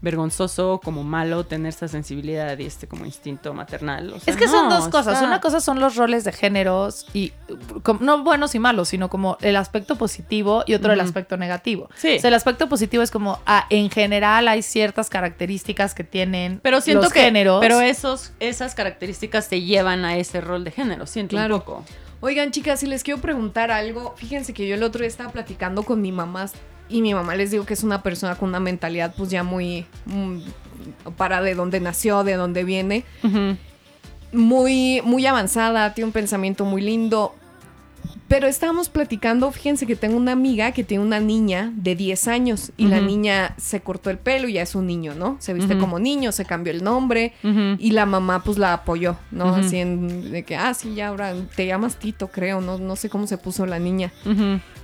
Speaker 5: vergonzoso, como malo tener esa sensibilidad y este como instinto maternal. O sea,
Speaker 4: Es que son
Speaker 5: no,
Speaker 4: dos cosas.
Speaker 5: está-
Speaker 4: Una cosa son los roles de géneros y uh, com- no buenos y malos, sino como el aspecto positivo y otro el
Speaker 5: Ujú.
Speaker 4: aspecto negativo.
Speaker 5: Sí.
Speaker 4: O sea, el aspecto positivo es como ah, en general hay ciertas características que tienen
Speaker 5: pero siento
Speaker 4: los
Speaker 5: que
Speaker 4: géneros.
Speaker 5: pero esos esas características te llevan a ese rol de género, siento
Speaker 2: Claro.
Speaker 5: un poco.
Speaker 2: Oigan, chicas, si les quiero preguntar algo, fíjense que yo el otro día estaba platicando con mi mamá y mi mamá les digo que es una persona con una mentalidad pues ya muy mm, para de dónde nació, de dónde viene, muy muy avanzada, tiene un pensamiento muy lindo. Pero estábamos platicando, fíjense que tengo una amiga que tiene una niña de 10 años y la
Speaker 5: Ujú.
Speaker 2: niña se cortó el pelo y ya es un niño, ¿no? Se viste
Speaker 5: Ujú.
Speaker 2: como niño, se cambió el nombre, y la mamá pues la apoyó, ¿no?
Speaker 5: Ujú.
Speaker 2: Así en, de que, ah, sí, ya ahora te llamas Tito, creo, no, no sé cómo se puso la niña.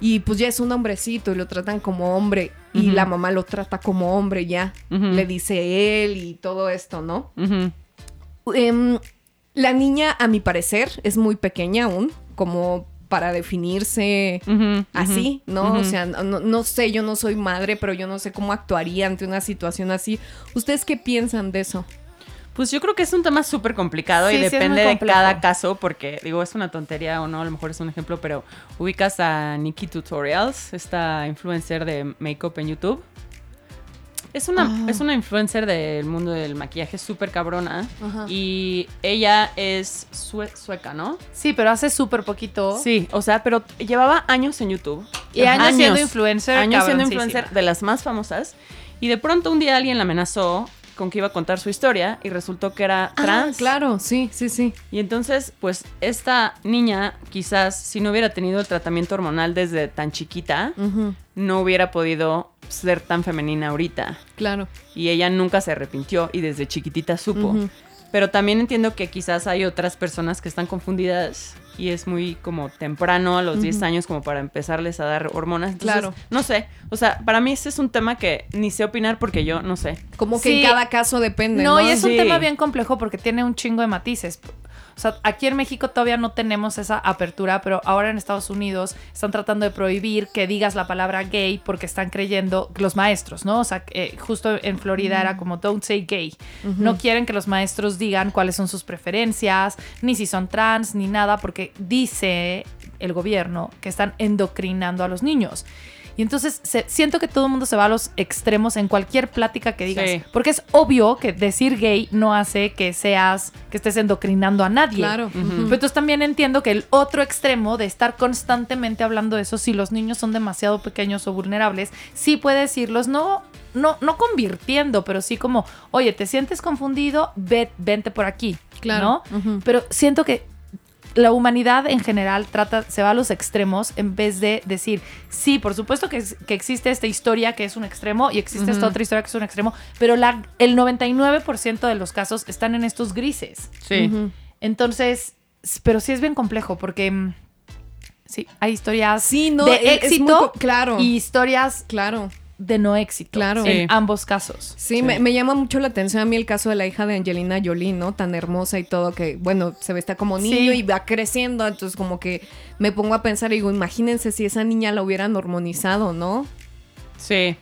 Speaker 2: Y pues ya es un hombrecito y lo tratan como hombre y
Speaker 5: Ujú.
Speaker 2: la mamá lo trata como hombre ya.
Speaker 5: Ujú.
Speaker 2: Le dice él y todo esto, ¿no? Em, la niña, a mi parecer, es muy pequeña aún, como para definirse así, ¿no? O sea, no, no sé, yo no soy madre, pero yo no sé cómo actuaría ante una situación así. ¿Ustedes qué piensan de eso?
Speaker 5: Pues yo creo que es un tema súper complicado
Speaker 4: Sí,
Speaker 5: y
Speaker 4: sí, es muy
Speaker 5: depende de
Speaker 4: complejo.
Speaker 5: cada caso, porque digo, es una tontería o no, a lo mejor es un ejemplo, pero ubicas a Nikki Tutorials, esta influencer de makeup en YouTube. Es una, es una influencer del mundo del maquillaje súper cabrona
Speaker 2: Ajá.
Speaker 5: y ella es sue- sueca, ¿no?
Speaker 4: sí, pero hace súper poquito.
Speaker 5: Sí, o sea, pero llevaba años en YouTube.
Speaker 4: Y años,
Speaker 5: Ajá.
Speaker 4: siendo influencer.
Speaker 5: Años siendo
Speaker 4: cabroncísima.
Speaker 5: influencer de las más famosas. Y de pronto un día alguien la amenazó con que iba a contar su historia y resultó que era trans.
Speaker 2: Ah, claro, sí, sí, sí.
Speaker 5: Y entonces, pues esta niña, quizás si no hubiera tenido el tratamiento hormonal desde tan chiquita,
Speaker 2: Ujú,
Speaker 5: no hubiera podido ser tan femenina ahorita.
Speaker 2: claro.
Speaker 5: Y ella nunca se arrepintió y desde chiquitita supo.
Speaker 2: Ujú.
Speaker 5: Pero también entiendo que quizás hay otras personas que están confundidas y es muy como temprano, a los 10 años, como para empezarles a dar hormonas. Entonces,
Speaker 2: Claro.
Speaker 5: No sé. O sea, para mí ese es un tema que ni sé opinar porque yo no sé.
Speaker 2: Como que
Speaker 4: Sí.
Speaker 2: en cada caso depende. No,
Speaker 4: No, y es un
Speaker 5: Sí.
Speaker 4: tema bien complejo porque tiene un chingo de matices. O sea, aquí en México todavía no tenemos esa apertura, pero ahora en Estados Unidos están tratando de prohibir que digas la palabra gay porque están creyendo los maestros, ¿no? O sea, que, eh, justo en Florida era como don't say gay. No quieren que los maestros digan cuáles son sus preferencias, ni si son trans, ni nada, porque dice el gobierno que están endocrinando a los niños. Y entonces se- siento que todo el mundo se va a los extremos en cualquier plática que digas.
Speaker 5: Sí.
Speaker 4: Porque es obvio que decir gay no hace que seas, que estés endocrinando a nadie.
Speaker 2: Claro.
Speaker 5: Ujú.
Speaker 4: Pero entonces también entiendo que el otro extremo de estar constantemente hablando de eso, si los niños son demasiado pequeños o vulnerables, sí puedes irlos, no, no, no convirtiendo, pero sí como, oye, te sientes confundido, Ve- vente por aquí.
Speaker 2: Claro.
Speaker 4: ¿no?
Speaker 2: Ujú.
Speaker 4: Pero siento que la humanidad en general trata, se va a los extremos en vez de decir, sí, por supuesto que, es- que existe esta historia que es un extremo y existe esta otra historia que es un extremo, pero la, el 99% de los casos están en estos grises.
Speaker 5: Sí.
Speaker 2: Ujú.
Speaker 4: Entonces, s- pero sí es bien complejo porque mm, sí, hay historias
Speaker 2: Sí, no, e,
Speaker 5: e,
Speaker 4: de
Speaker 2: es- es
Speaker 4: éxito
Speaker 2: muy co- claro.
Speaker 4: y historias
Speaker 2: Claro.
Speaker 4: de no éxito
Speaker 2: Claro.
Speaker 4: en
Speaker 5: Sí.
Speaker 4: ambos casos.
Speaker 2: Sí, Me, me llama mucho la atención a mí el caso de la hija de Angelina Jolie, ¿no? Tan hermosa y todo, que bueno, se ve está como niño
Speaker 4: Sí.
Speaker 2: y va creciendo, entonces como que me pongo a pensar y digo, imagínense si esa niña la hubieran hormonizado, ¿no?
Speaker 5: Sí.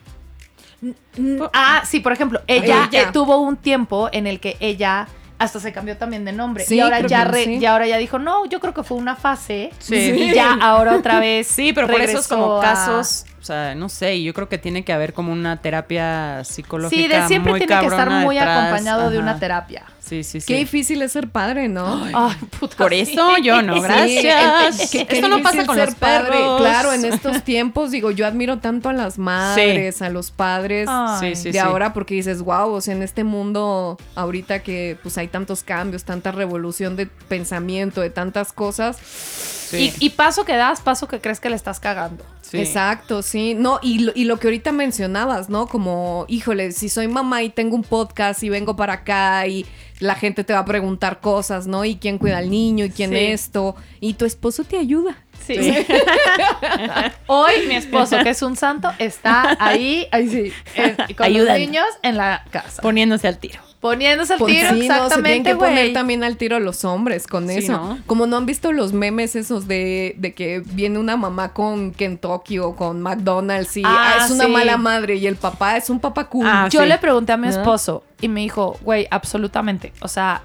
Speaker 4: Mm, Ah, sí, por ejemplo, ella,
Speaker 2: Ella.
Speaker 4: eh, tuvo un tiempo en el que ella hasta se cambió también de nombre.
Speaker 2: Sí,
Speaker 4: y, ahora
Speaker 2: creo
Speaker 4: ya
Speaker 2: que
Speaker 4: re-
Speaker 2: sí.
Speaker 4: y ahora ya dijo, no, yo creo que fue una fase.
Speaker 5: Sí.
Speaker 4: Y ya ahora otra vez.
Speaker 5: Sí, pero por eso es
Speaker 4: regresó
Speaker 5: como
Speaker 4: a-
Speaker 5: casos, o sea, no sé, y yo creo que tiene que haber como una terapia psicológica.
Speaker 4: Sí, de siempre
Speaker 5: muy
Speaker 4: tiene que estar
Speaker 5: cabrona
Speaker 4: muy
Speaker 5: detrás,
Speaker 4: acompañado de
Speaker 5: ajá.
Speaker 4: una terapia.
Speaker 5: Sí, sí, sí.
Speaker 2: Qué difícil es ser padre, ¿no?
Speaker 4: Ay, puta,
Speaker 5: Por
Speaker 4: sí.
Speaker 5: eso yo no,
Speaker 2: Sí.
Speaker 5: gracias.
Speaker 2: Qué- qué
Speaker 5: Esto no
Speaker 2: difícil
Speaker 5: pasa con
Speaker 2: ser
Speaker 5: los
Speaker 2: padre.
Speaker 5: perros.
Speaker 2: Claro, en estos tiempos, digo, yo admiro tanto a las madres, a los padres
Speaker 4: Ay.
Speaker 5: Ah. Sí, sí,
Speaker 2: de ahora, porque dices, wow, o sea, en este mundo, ahorita que pues hay tantos cambios, tanta revolución de pensamiento, de tantas cosas.
Speaker 5: Sí.
Speaker 4: Y, y paso que das, paso que crees que le estás cagando.
Speaker 5: Sí.
Speaker 2: Exacto, sí. No, y lo, y lo que ahorita mencionabas, ¿no? Como, híjole, si soy mamá y tengo un podcast y vengo para acá y la gente te va a preguntar cosas, ¿no? Y quién cuida al niño y quién
Speaker 4: Sí.
Speaker 2: esto. Y tu esposo te ayuda.
Speaker 4: Sí. Hoy mi esposo, que es un santo, está ahí, ahí sí, en- con
Speaker 5: Ayudan.
Speaker 4: los niños en la casa.
Speaker 5: Poniéndose al tiro.
Speaker 4: Poniéndose al
Speaker 2: Pues
Speaker 4: tiro,
Speaker 2: sí, no, se tienen
Speaker 4: exactamente,
Speaker 2: que
Speaker 4: güey.
Speaker 2: poner también al tiro los hombres con
Speaker 5: Sí,
Speaker 2: eso.
Speaker 5: ¿no?
Speaker 2: Como no han visto los memes esos de, de que viene una mamá con Kentucky o con McDonald's y
Speaker 4: Ah,
Speaker 2: "Ah, es una
Speaker 4: sí.
Speaker 2: mala madre y el papá es un papá cool.
Speaker 5: Ah,
Speaker 4: yo
Speaker 5: sí.
Speaker 4: le pregunté a mi
Speaker 2: ¿No?
Speaker 4: esposo y me dijo, güey, absolutamente. O sea,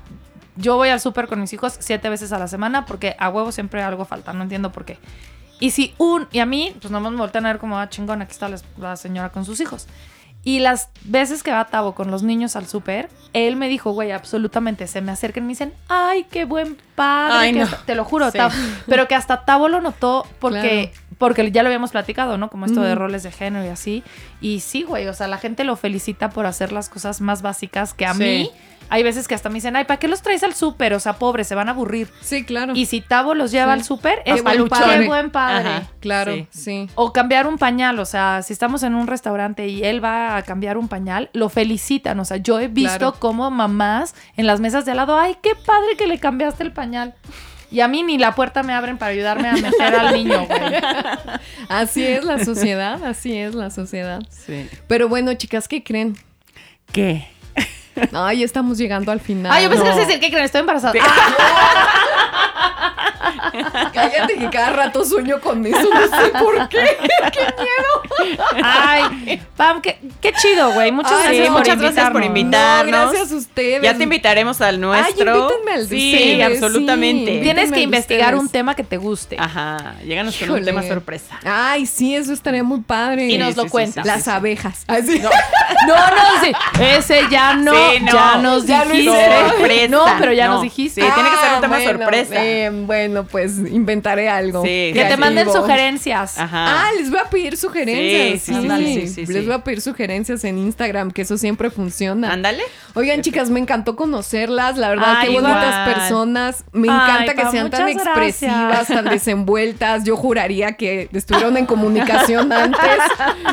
Speaker 4: yo voy al súper con mis hijos siete veces a la semana porque a huevo siempre algo falta, no entiendo por qué. Y si un, y a mí, pues nomás me voltean a ver como, ah, chingón, aquí está la, la señora con sus hijos. Y las veces que va a Tavo con los niños al súper, él me dijo, güey, absolutamente, se me acercan y me dicen, ay, qué buen padre.
Speaker 5: Ay,
Speaker 4: que
Speaker 5: no.
Speaker 4: está-". Te lo juro,
Speaker 5: Sí.
Speaker 4: Tavo. Pero que hasta Tavo lo notó porque, porque ya lo habíamos platicado, ¿no? Como esto de
Speaker 2: Ujú.
Speaker 4: roles de género y así. Y sí, güey, o sea, la gente lo felicita por hacer las cosas más básicas que a
Speaker 5: Sí.
Speaker 4: mí. Hay veces que hasta me dicen, ay, ¿para qué los traes al súper? O sea, pobre, se van a aburrir.
Speaker 2: Sí, claro.
Speaker 4: Y si Tavo los lleva
Speaker 2: Sí.
Speaker 4: al súper,
Speaker 2: Qué
Speaker 4: es
Speaker 2: buen
Speaker 4: paluchón.
Speaker 2: padre.
Speaker 4: Qué buen padre.
Speaker 5: Ajá.
Speaker 2: claro,
Speaker 5: Sí.
Speaker 2: sí.
Speaker 4: O cambiar un pañal, o sea, si estamos en un restaurante y él va a cambiar un pañal, lo felicitan. O sea, yo he visto
Speaker 2: Claro.
Speaker 4: como mamás en las mesas de al lado, ay, qué padre que le cambiaste el pañal. Y a mí ni la puerta me abren para ayudarme a meter al niño, güey.
Speaker 2: Así es la sociedad, así es la sociedad.
Speaker 5: Sí.
Speaker 2: Pero bueno, chicas, ¿qué creen?
Speaker 5: ¿Qué?
Speaker 2: Ay, estamos llegando al final.
Speaker 4: Ay, yo pensé que
Speaker 2: No.
Speaker 4: ibas a decir que creen, estoy embarazada. Ah,
Speaker 2: Cállate que cada rato sueño con eso, no sé por qué.
Speaker 4: Ay, Pam, qué, qué chido, güey. Muchas
Speaker 2: Ay,
Speaker 4: gracias
Speaker 2: sí,
Speaker 4: por
Speaker 5: muchas gracias por
Speaker 4: invitarnos.
Speaker 5: invitar. Darnos.
Speaker 2: No, gracias a ustedes.
Speaker 5: Ya te invitaremos al nuestro.
Speaker 2: Ay, invítenme al de
Speaker 5: Sí,
Speaker 2: ustedes,
Speaker 5: absolutamente.
Speaker 2: sí.
Speaker 5: Tiene-
Speaker 4: Tienes
Speaker 2: Invítenme
Speaker 4: que
Speaker 2: al
Speaker 4: investigar
Speaker 2: ustedes.
Speaker 4: un tema que te guste.
Speaker 5: Ajá, lléganos con un
Speaker 2: Híjole.
Speaker 5: tema sorpresa.
Speaker 2: Ay, sí, eso estaría muy padre.
Speaker 4: Y nos
Speaker 5: Sí,
Speaker 4: lo
Speaker 5: sí, sí,
Speaker 4: cuentas.
Speaker 5: sí,
Speaker 2: Las
Speaker 5: sí, sí.
Speaker 2: abejas. Así.
Speaker 4: No, no, sí. Ese ya no,
Speaker 5: Sí, no.
Speaker 4: ya nos
Speaker 5: Ya lo
Speaker 4: dijiste.
Speaker 5: hiciste.
Speaker 4: No, pero ya
Speaker 5: No.
Speaker 4: nos dijiste.
Speaker 5: Sí, tiene que ser un
Speaker 2: Ah,
Speaker 5: tema
Speaker 2: bueno,
Speaker 5: sorpresa.
Speaker 2: eh, bueno, pues inventaré algo.
Speaker 5: Sí,
Speaker 4: que te
Speaker 5: creativo.
Speaker 4: manden
Speaker 2: Creativo.
Speaker 4: sugerencias.
Speaker 5: Ajá.
Speaker 2: Ah, les voy a pedir sugerencias.
Speaker 5: Sí,
Speaker 2: Sí,
Speaker 5: sí,
Speaker 2: ándale,
Speaker 5: sí, sí, sí,
Speaker 2: Les
Speaker 5: sí.
Speaker 2: voy a pedir sugerencias en Instagram, que eso siempre funciona.
Speaker 5: Ándale.
Speaker 2: Oigan, chicas, me encantó conocerlas. La verdad,
Speaker 5: Ay,
Speaker 2: qué bonitas
Speaker 5: igual.
Speaker 2: personas. Me
Speaker 4: Ay,
Speaker 2: encanta que
Speaker 4: Pa,
Speaker 2: sean tan
Speaker 4: muchas
Speaker 2: expresivas,
Speaker 4: gracias.
Speaker 2: tan desenvueltas. Yo juraría que estuvieron en comunicación antes.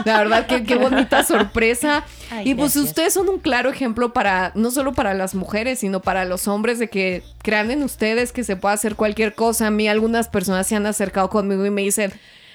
Speaker 2: La verdad, que qué bonita sorpresa.
Speaker 4: Ay,
Speaker 2: y pues
Speaker 4: gracias.
Speaker 2: ustedes son un claro ejemplo para, no solo para las mujeres, sino para los hombres, de que crean en ustedes que se puede hacer cualquier cosa. A mí algunas personas se han acercado conmigo y me dicen...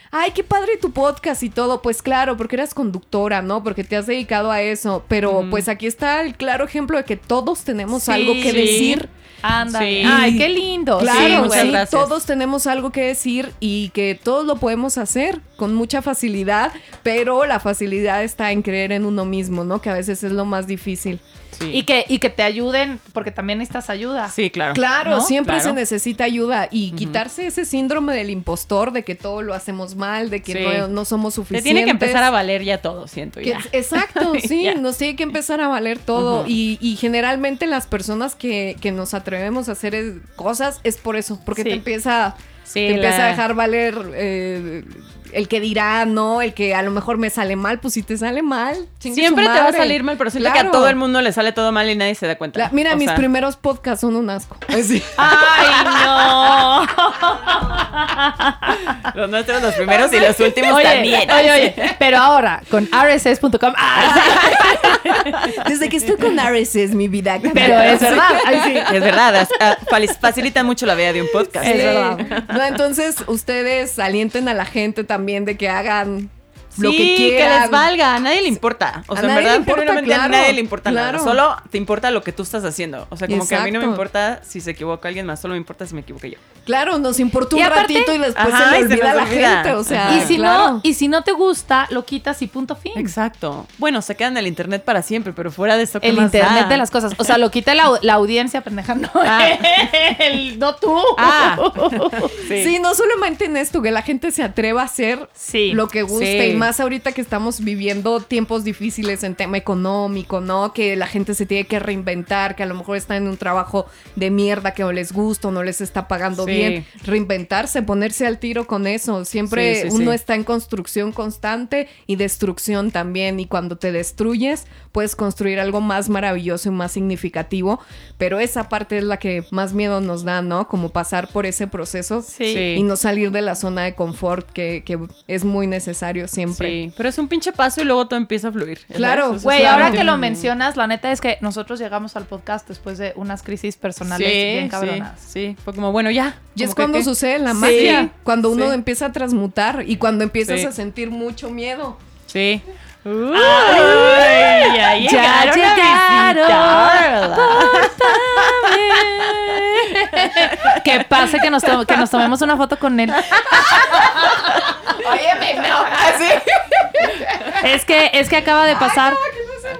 Speaker 2: Ay, qué padre tu podcast y todo. Pues claro, porque eras conductora, ¿no? Porque te has dedicado a eso. Pero pues aquí está el claro ejemplo de que todos tenemos
Speaker 4: Sí.
Speaker 2: algo que
Speaker 4: Sí.
Speaker 2: decir.
Speaker 4: Ándale.
Speaker 5: Sí.
Speaker 4: Ay, qué lindo.
Speaker 5: Sí,
Speaker 2: Claro,
Speaker 5: muchas
Speaker 2: sí,
Speaker 5: gracias.
Speaker 2: todos tenemos algo que decir y que todos lo podemos hacer con mucha facilidad, pero la facilidad está en creer en uno mismo, ¿no? Que a veces es lo más difícil.
Speaker 5: Sí.
Speaker 4: Y que, y que te ayuden, porque también necesitas ayuda.
Speaker 5: Sí, claro.
Speaker 2: Claro,
Speaker 4: ¿No?
Speaker 2: siempre
Speaker 5: Ah, Claro.
Speaker 2: se necesita ayuda y
Speaker 5: Ujú.
Speaker 2: quitarse ese síndrome del impostor, de que todo lo hacemos mal, de que
Speaker 5: Sí.
Speaker 2: no, no somos
Speaker 5: Te
Speaker 2: suficientes.
Speaker 5: tiene que empezar a valer ya todo, siento
Speaker 2: Que-
Speaker 5: ya.
Speaker 2: exacto, sí,
Speaker 5: Ya.
Speaker 2: nos tiene que empezar a valer todo.
Speaker 5: Ujú.
Speaker 2: y, y generalmente las personas que, que nos atrevemos a hacer es- cosas es por eso, porque
Speaker 4: Sí.
Speaker 2: te empieza,
Speaker 5: Sí,
Speaker 2: te empieza
Speaker 5: la-
Speaker 2: a dejar valer eh, el que dirá, no, el que a lo mejor me sale mal, pues si te sale mal, chingue su
Speaker 5: Siempre te va a
Speaker 2: madre.
Speaker 5: salir mal, pero siento que a
Speaker 2: Claro.
Speaker 5: todo el mundo le sale todo mal y nadie se da cuenta.
Speaker 2: La- mira,
Speaker 5: O
Speaker 2: mis
Speaker 5: sea,
Speaker 2: primeros podcasts son un asco. Así.
Speaker 4: Ay, no.
Speaker 5: Los nuestros, los primeros y los últimos
Speaker 4: Oye,
Speaker 5: también.
Speaker 4: oye, oye. Pero ahora, con rss.com. ah,
Speaker 2: Desde que estoy con Ares es mi vida. cambió.
Speaker 4: pero es verdad. Ay, sí.
Speaker 5: Es verdad, as- ah, fali- facilitan mucho la vida de un podcast.
Speaker 4: Es
Speaker 2: Sí.
Speaker 4: verdad.
Speaker 2: No, entonces ustedes alienten a la gente también de que hagan lo
Speaker 5: Sí,
Speaker 2: que quieran.
Speaker 5: les valga, a nadie le importa. O
Speaker 2: A
Speaker 5: sea, en
Speaker 2: nadie le
Speaker 5: verdad,
Speaker 2: importa,
Speaker 5: genuinamente
Speaker 2: claro,
Speaker 5: a nadie le importa nada.
Speaker 2: claro.
Speaker 5: Solo te importa lo que tú estás haciendo. O sea, como que a mí no me
Speaker 2: Exacto.
Speaker 5: importa si se equivoca alguien más, solo me importa si me equivoqué yo.
Speaker 2: Claro, nos importó
Speaker 4: Y
Speaker 2: un
Speaker 4: aparte-
Speaker 2: ratito y después se
Speaker 5: Ajá, y
Speaker 2: le
Speaker 5: se
Speaker 2: olvida a
Speaker 5: nos
Speaker 2: la
Speaker 5: olvida.
Speaker 2: gente, o
Speaker 5: Ah,
Speaker 2: sea,
Speaker 4: Y si
Speaker 2: claro.
Speaker 4: no, y si no te gusta, lo quitas y punto fin.
Speaker 5: Exacto. Bueno, se queda en el internet para siempre, pero fuera de esto, ¿qué
Speaker 4: El
Speaker 5: más
Speaker 4: internet
Speaker 5: da?
Speaker 4: de las cosas. O sea, lo quita la, la audiencia, pendeja. No,
Speaker 5: Ah.
Speaker 4: el- no tú.
Speaker 5: Ah.
Speaker 2: Sí, no solamente en esto, que la gente se atreva a hacer
Speaker 4: Sí.
Speaker 2: lo que guste
Speaker 5: Sí.
Speaker 2: y más más ahorita que estamos viviendo tiempos difíciles en tema económico, ¿no? Que la gente se tiene que reinventar, que a lo mejor está en un trabajo de mierda que no les gusta, o no les está pagando
Speaker 5: Sí.
Speaker 2: bien. Reinventarse, ponerse al tiro con eso. Siempre
Speaker 5: Sí, sí,
Speaker 2: uno
Speaker 5: sí.
Speaker 2: está en construcción constante y destrucción también. Y cuando te destruyes, puedes construir algo más maravilloso y más significativo. Pero esa parte es la que más miedo nos da, ¿no? Como pasar por ese proceso
Speaker 4: Sí.
Speaker 5: Sí.
Speaker 2: y no salir de la zona de confort que, que es muy necesario siempre.
Speaker 5: Sí, pero es un pinche paso y luego todo empieza a fluir. ¿verdad?
Speaker 2: Claro,
Speaker 5: Eso es
Speaker 4: Güey,
Speaker 5: claro.
Speaker 4: ahora que lo mencionas, la neta es que nosotros llegamos al podcast después de unas crisis personales bien cabronas.
Speaker 5: Sí, sí. Fue como, bueno, ya.
Speaker 2: Y es
Speaker 5: Como que-
Speaker 2: cuando
Speaker 5: que-
Speaker 2: sucede la
Speaker 5: Sí,
Speaker 2: magia, cuando uno
Speaker 5: sí.
Speaker 2: empieza a transmutar y cuando empiezas
Speaker 5: Sí.
Speaker 2: a sentir mucho miedo.
Speaker 5: Sí. Ay, ya llegaron. a visitar.
Speaker 4: Que pase que nos, to- que nos tomemos una foto con él. Ah, Es que, es que acaba de pasar.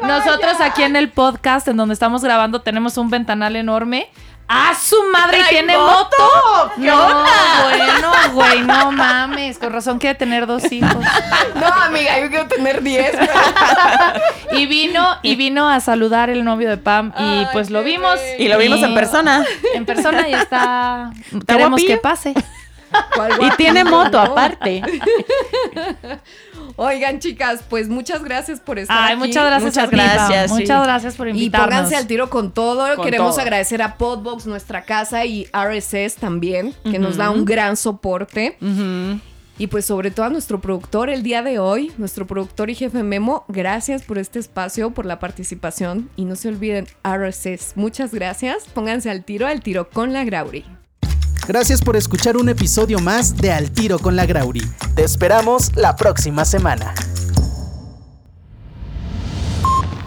Speaker 4: Nosotros aquí en el podcast, en donde estamos grabando, tenemos un ventanal enorme. ¡Ah, su madre tiene moto! No, bueno, güey, no mames. Con razón quiere tener dos hijos.
Speaker 2: No, amiga, yo quiero tener 10.
Speaker 4: Y vino, y vino a saludar el novio de Pam. Y
Speaker 2: Ay,
Speaker 4: pues lo
Speaker 2: qué
Speaker 4: vimos.
Speaker 2: bello.
Speaker 5: Y lo vimos en persona.
Speaker 4: En persona y está.
Speaker 5: Está
Speaker 4: Queremos
Speaker 5: guapillo.
Speaker 4: que pase.
Speaker 5: Y tiene moto aparte.
Speaker 2: Oigan, chicas, pues muchas gracias por estar
Speaker 4: Ay,
Speaker 2: aquí.
Speaker 4: muchas gracias
Speaker 5: muchas
Speaker 4: a ti, Pam.
Speaker 5: gracias, sí.
Speaker 4: Muchas gracias por
Speaker 2: Y
Speaker 4: invitarnos.
Speaker 2: pónganse al tiro con todo.
Speaker 5: Con
Speaker 2: Queremos
Speaker 5: todo.
Speaker 2: agradecer a Podbox, nuestra casa, y RSS también, que nos da un gran soporte. Y pues sobre todo a nuestro productor el día de hoy, nuestro productor y jefe Memo, gracias por este espacio, por la participación. Y no se olviden, RSS, muchas gracias. Pónganse al tiro, al tiro con la Grauri.
Speaker 3: Gracias por escuchar un episodio más de Al Tiro con la Grauri. Te esperamos la próxima semana.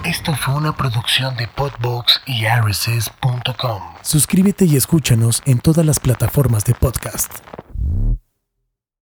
Speaker 1: Esto fue una producción de Podbox y RSS.com.
Speaker 7: Suscríbete y escúchanos en todas las plataformas de podcast.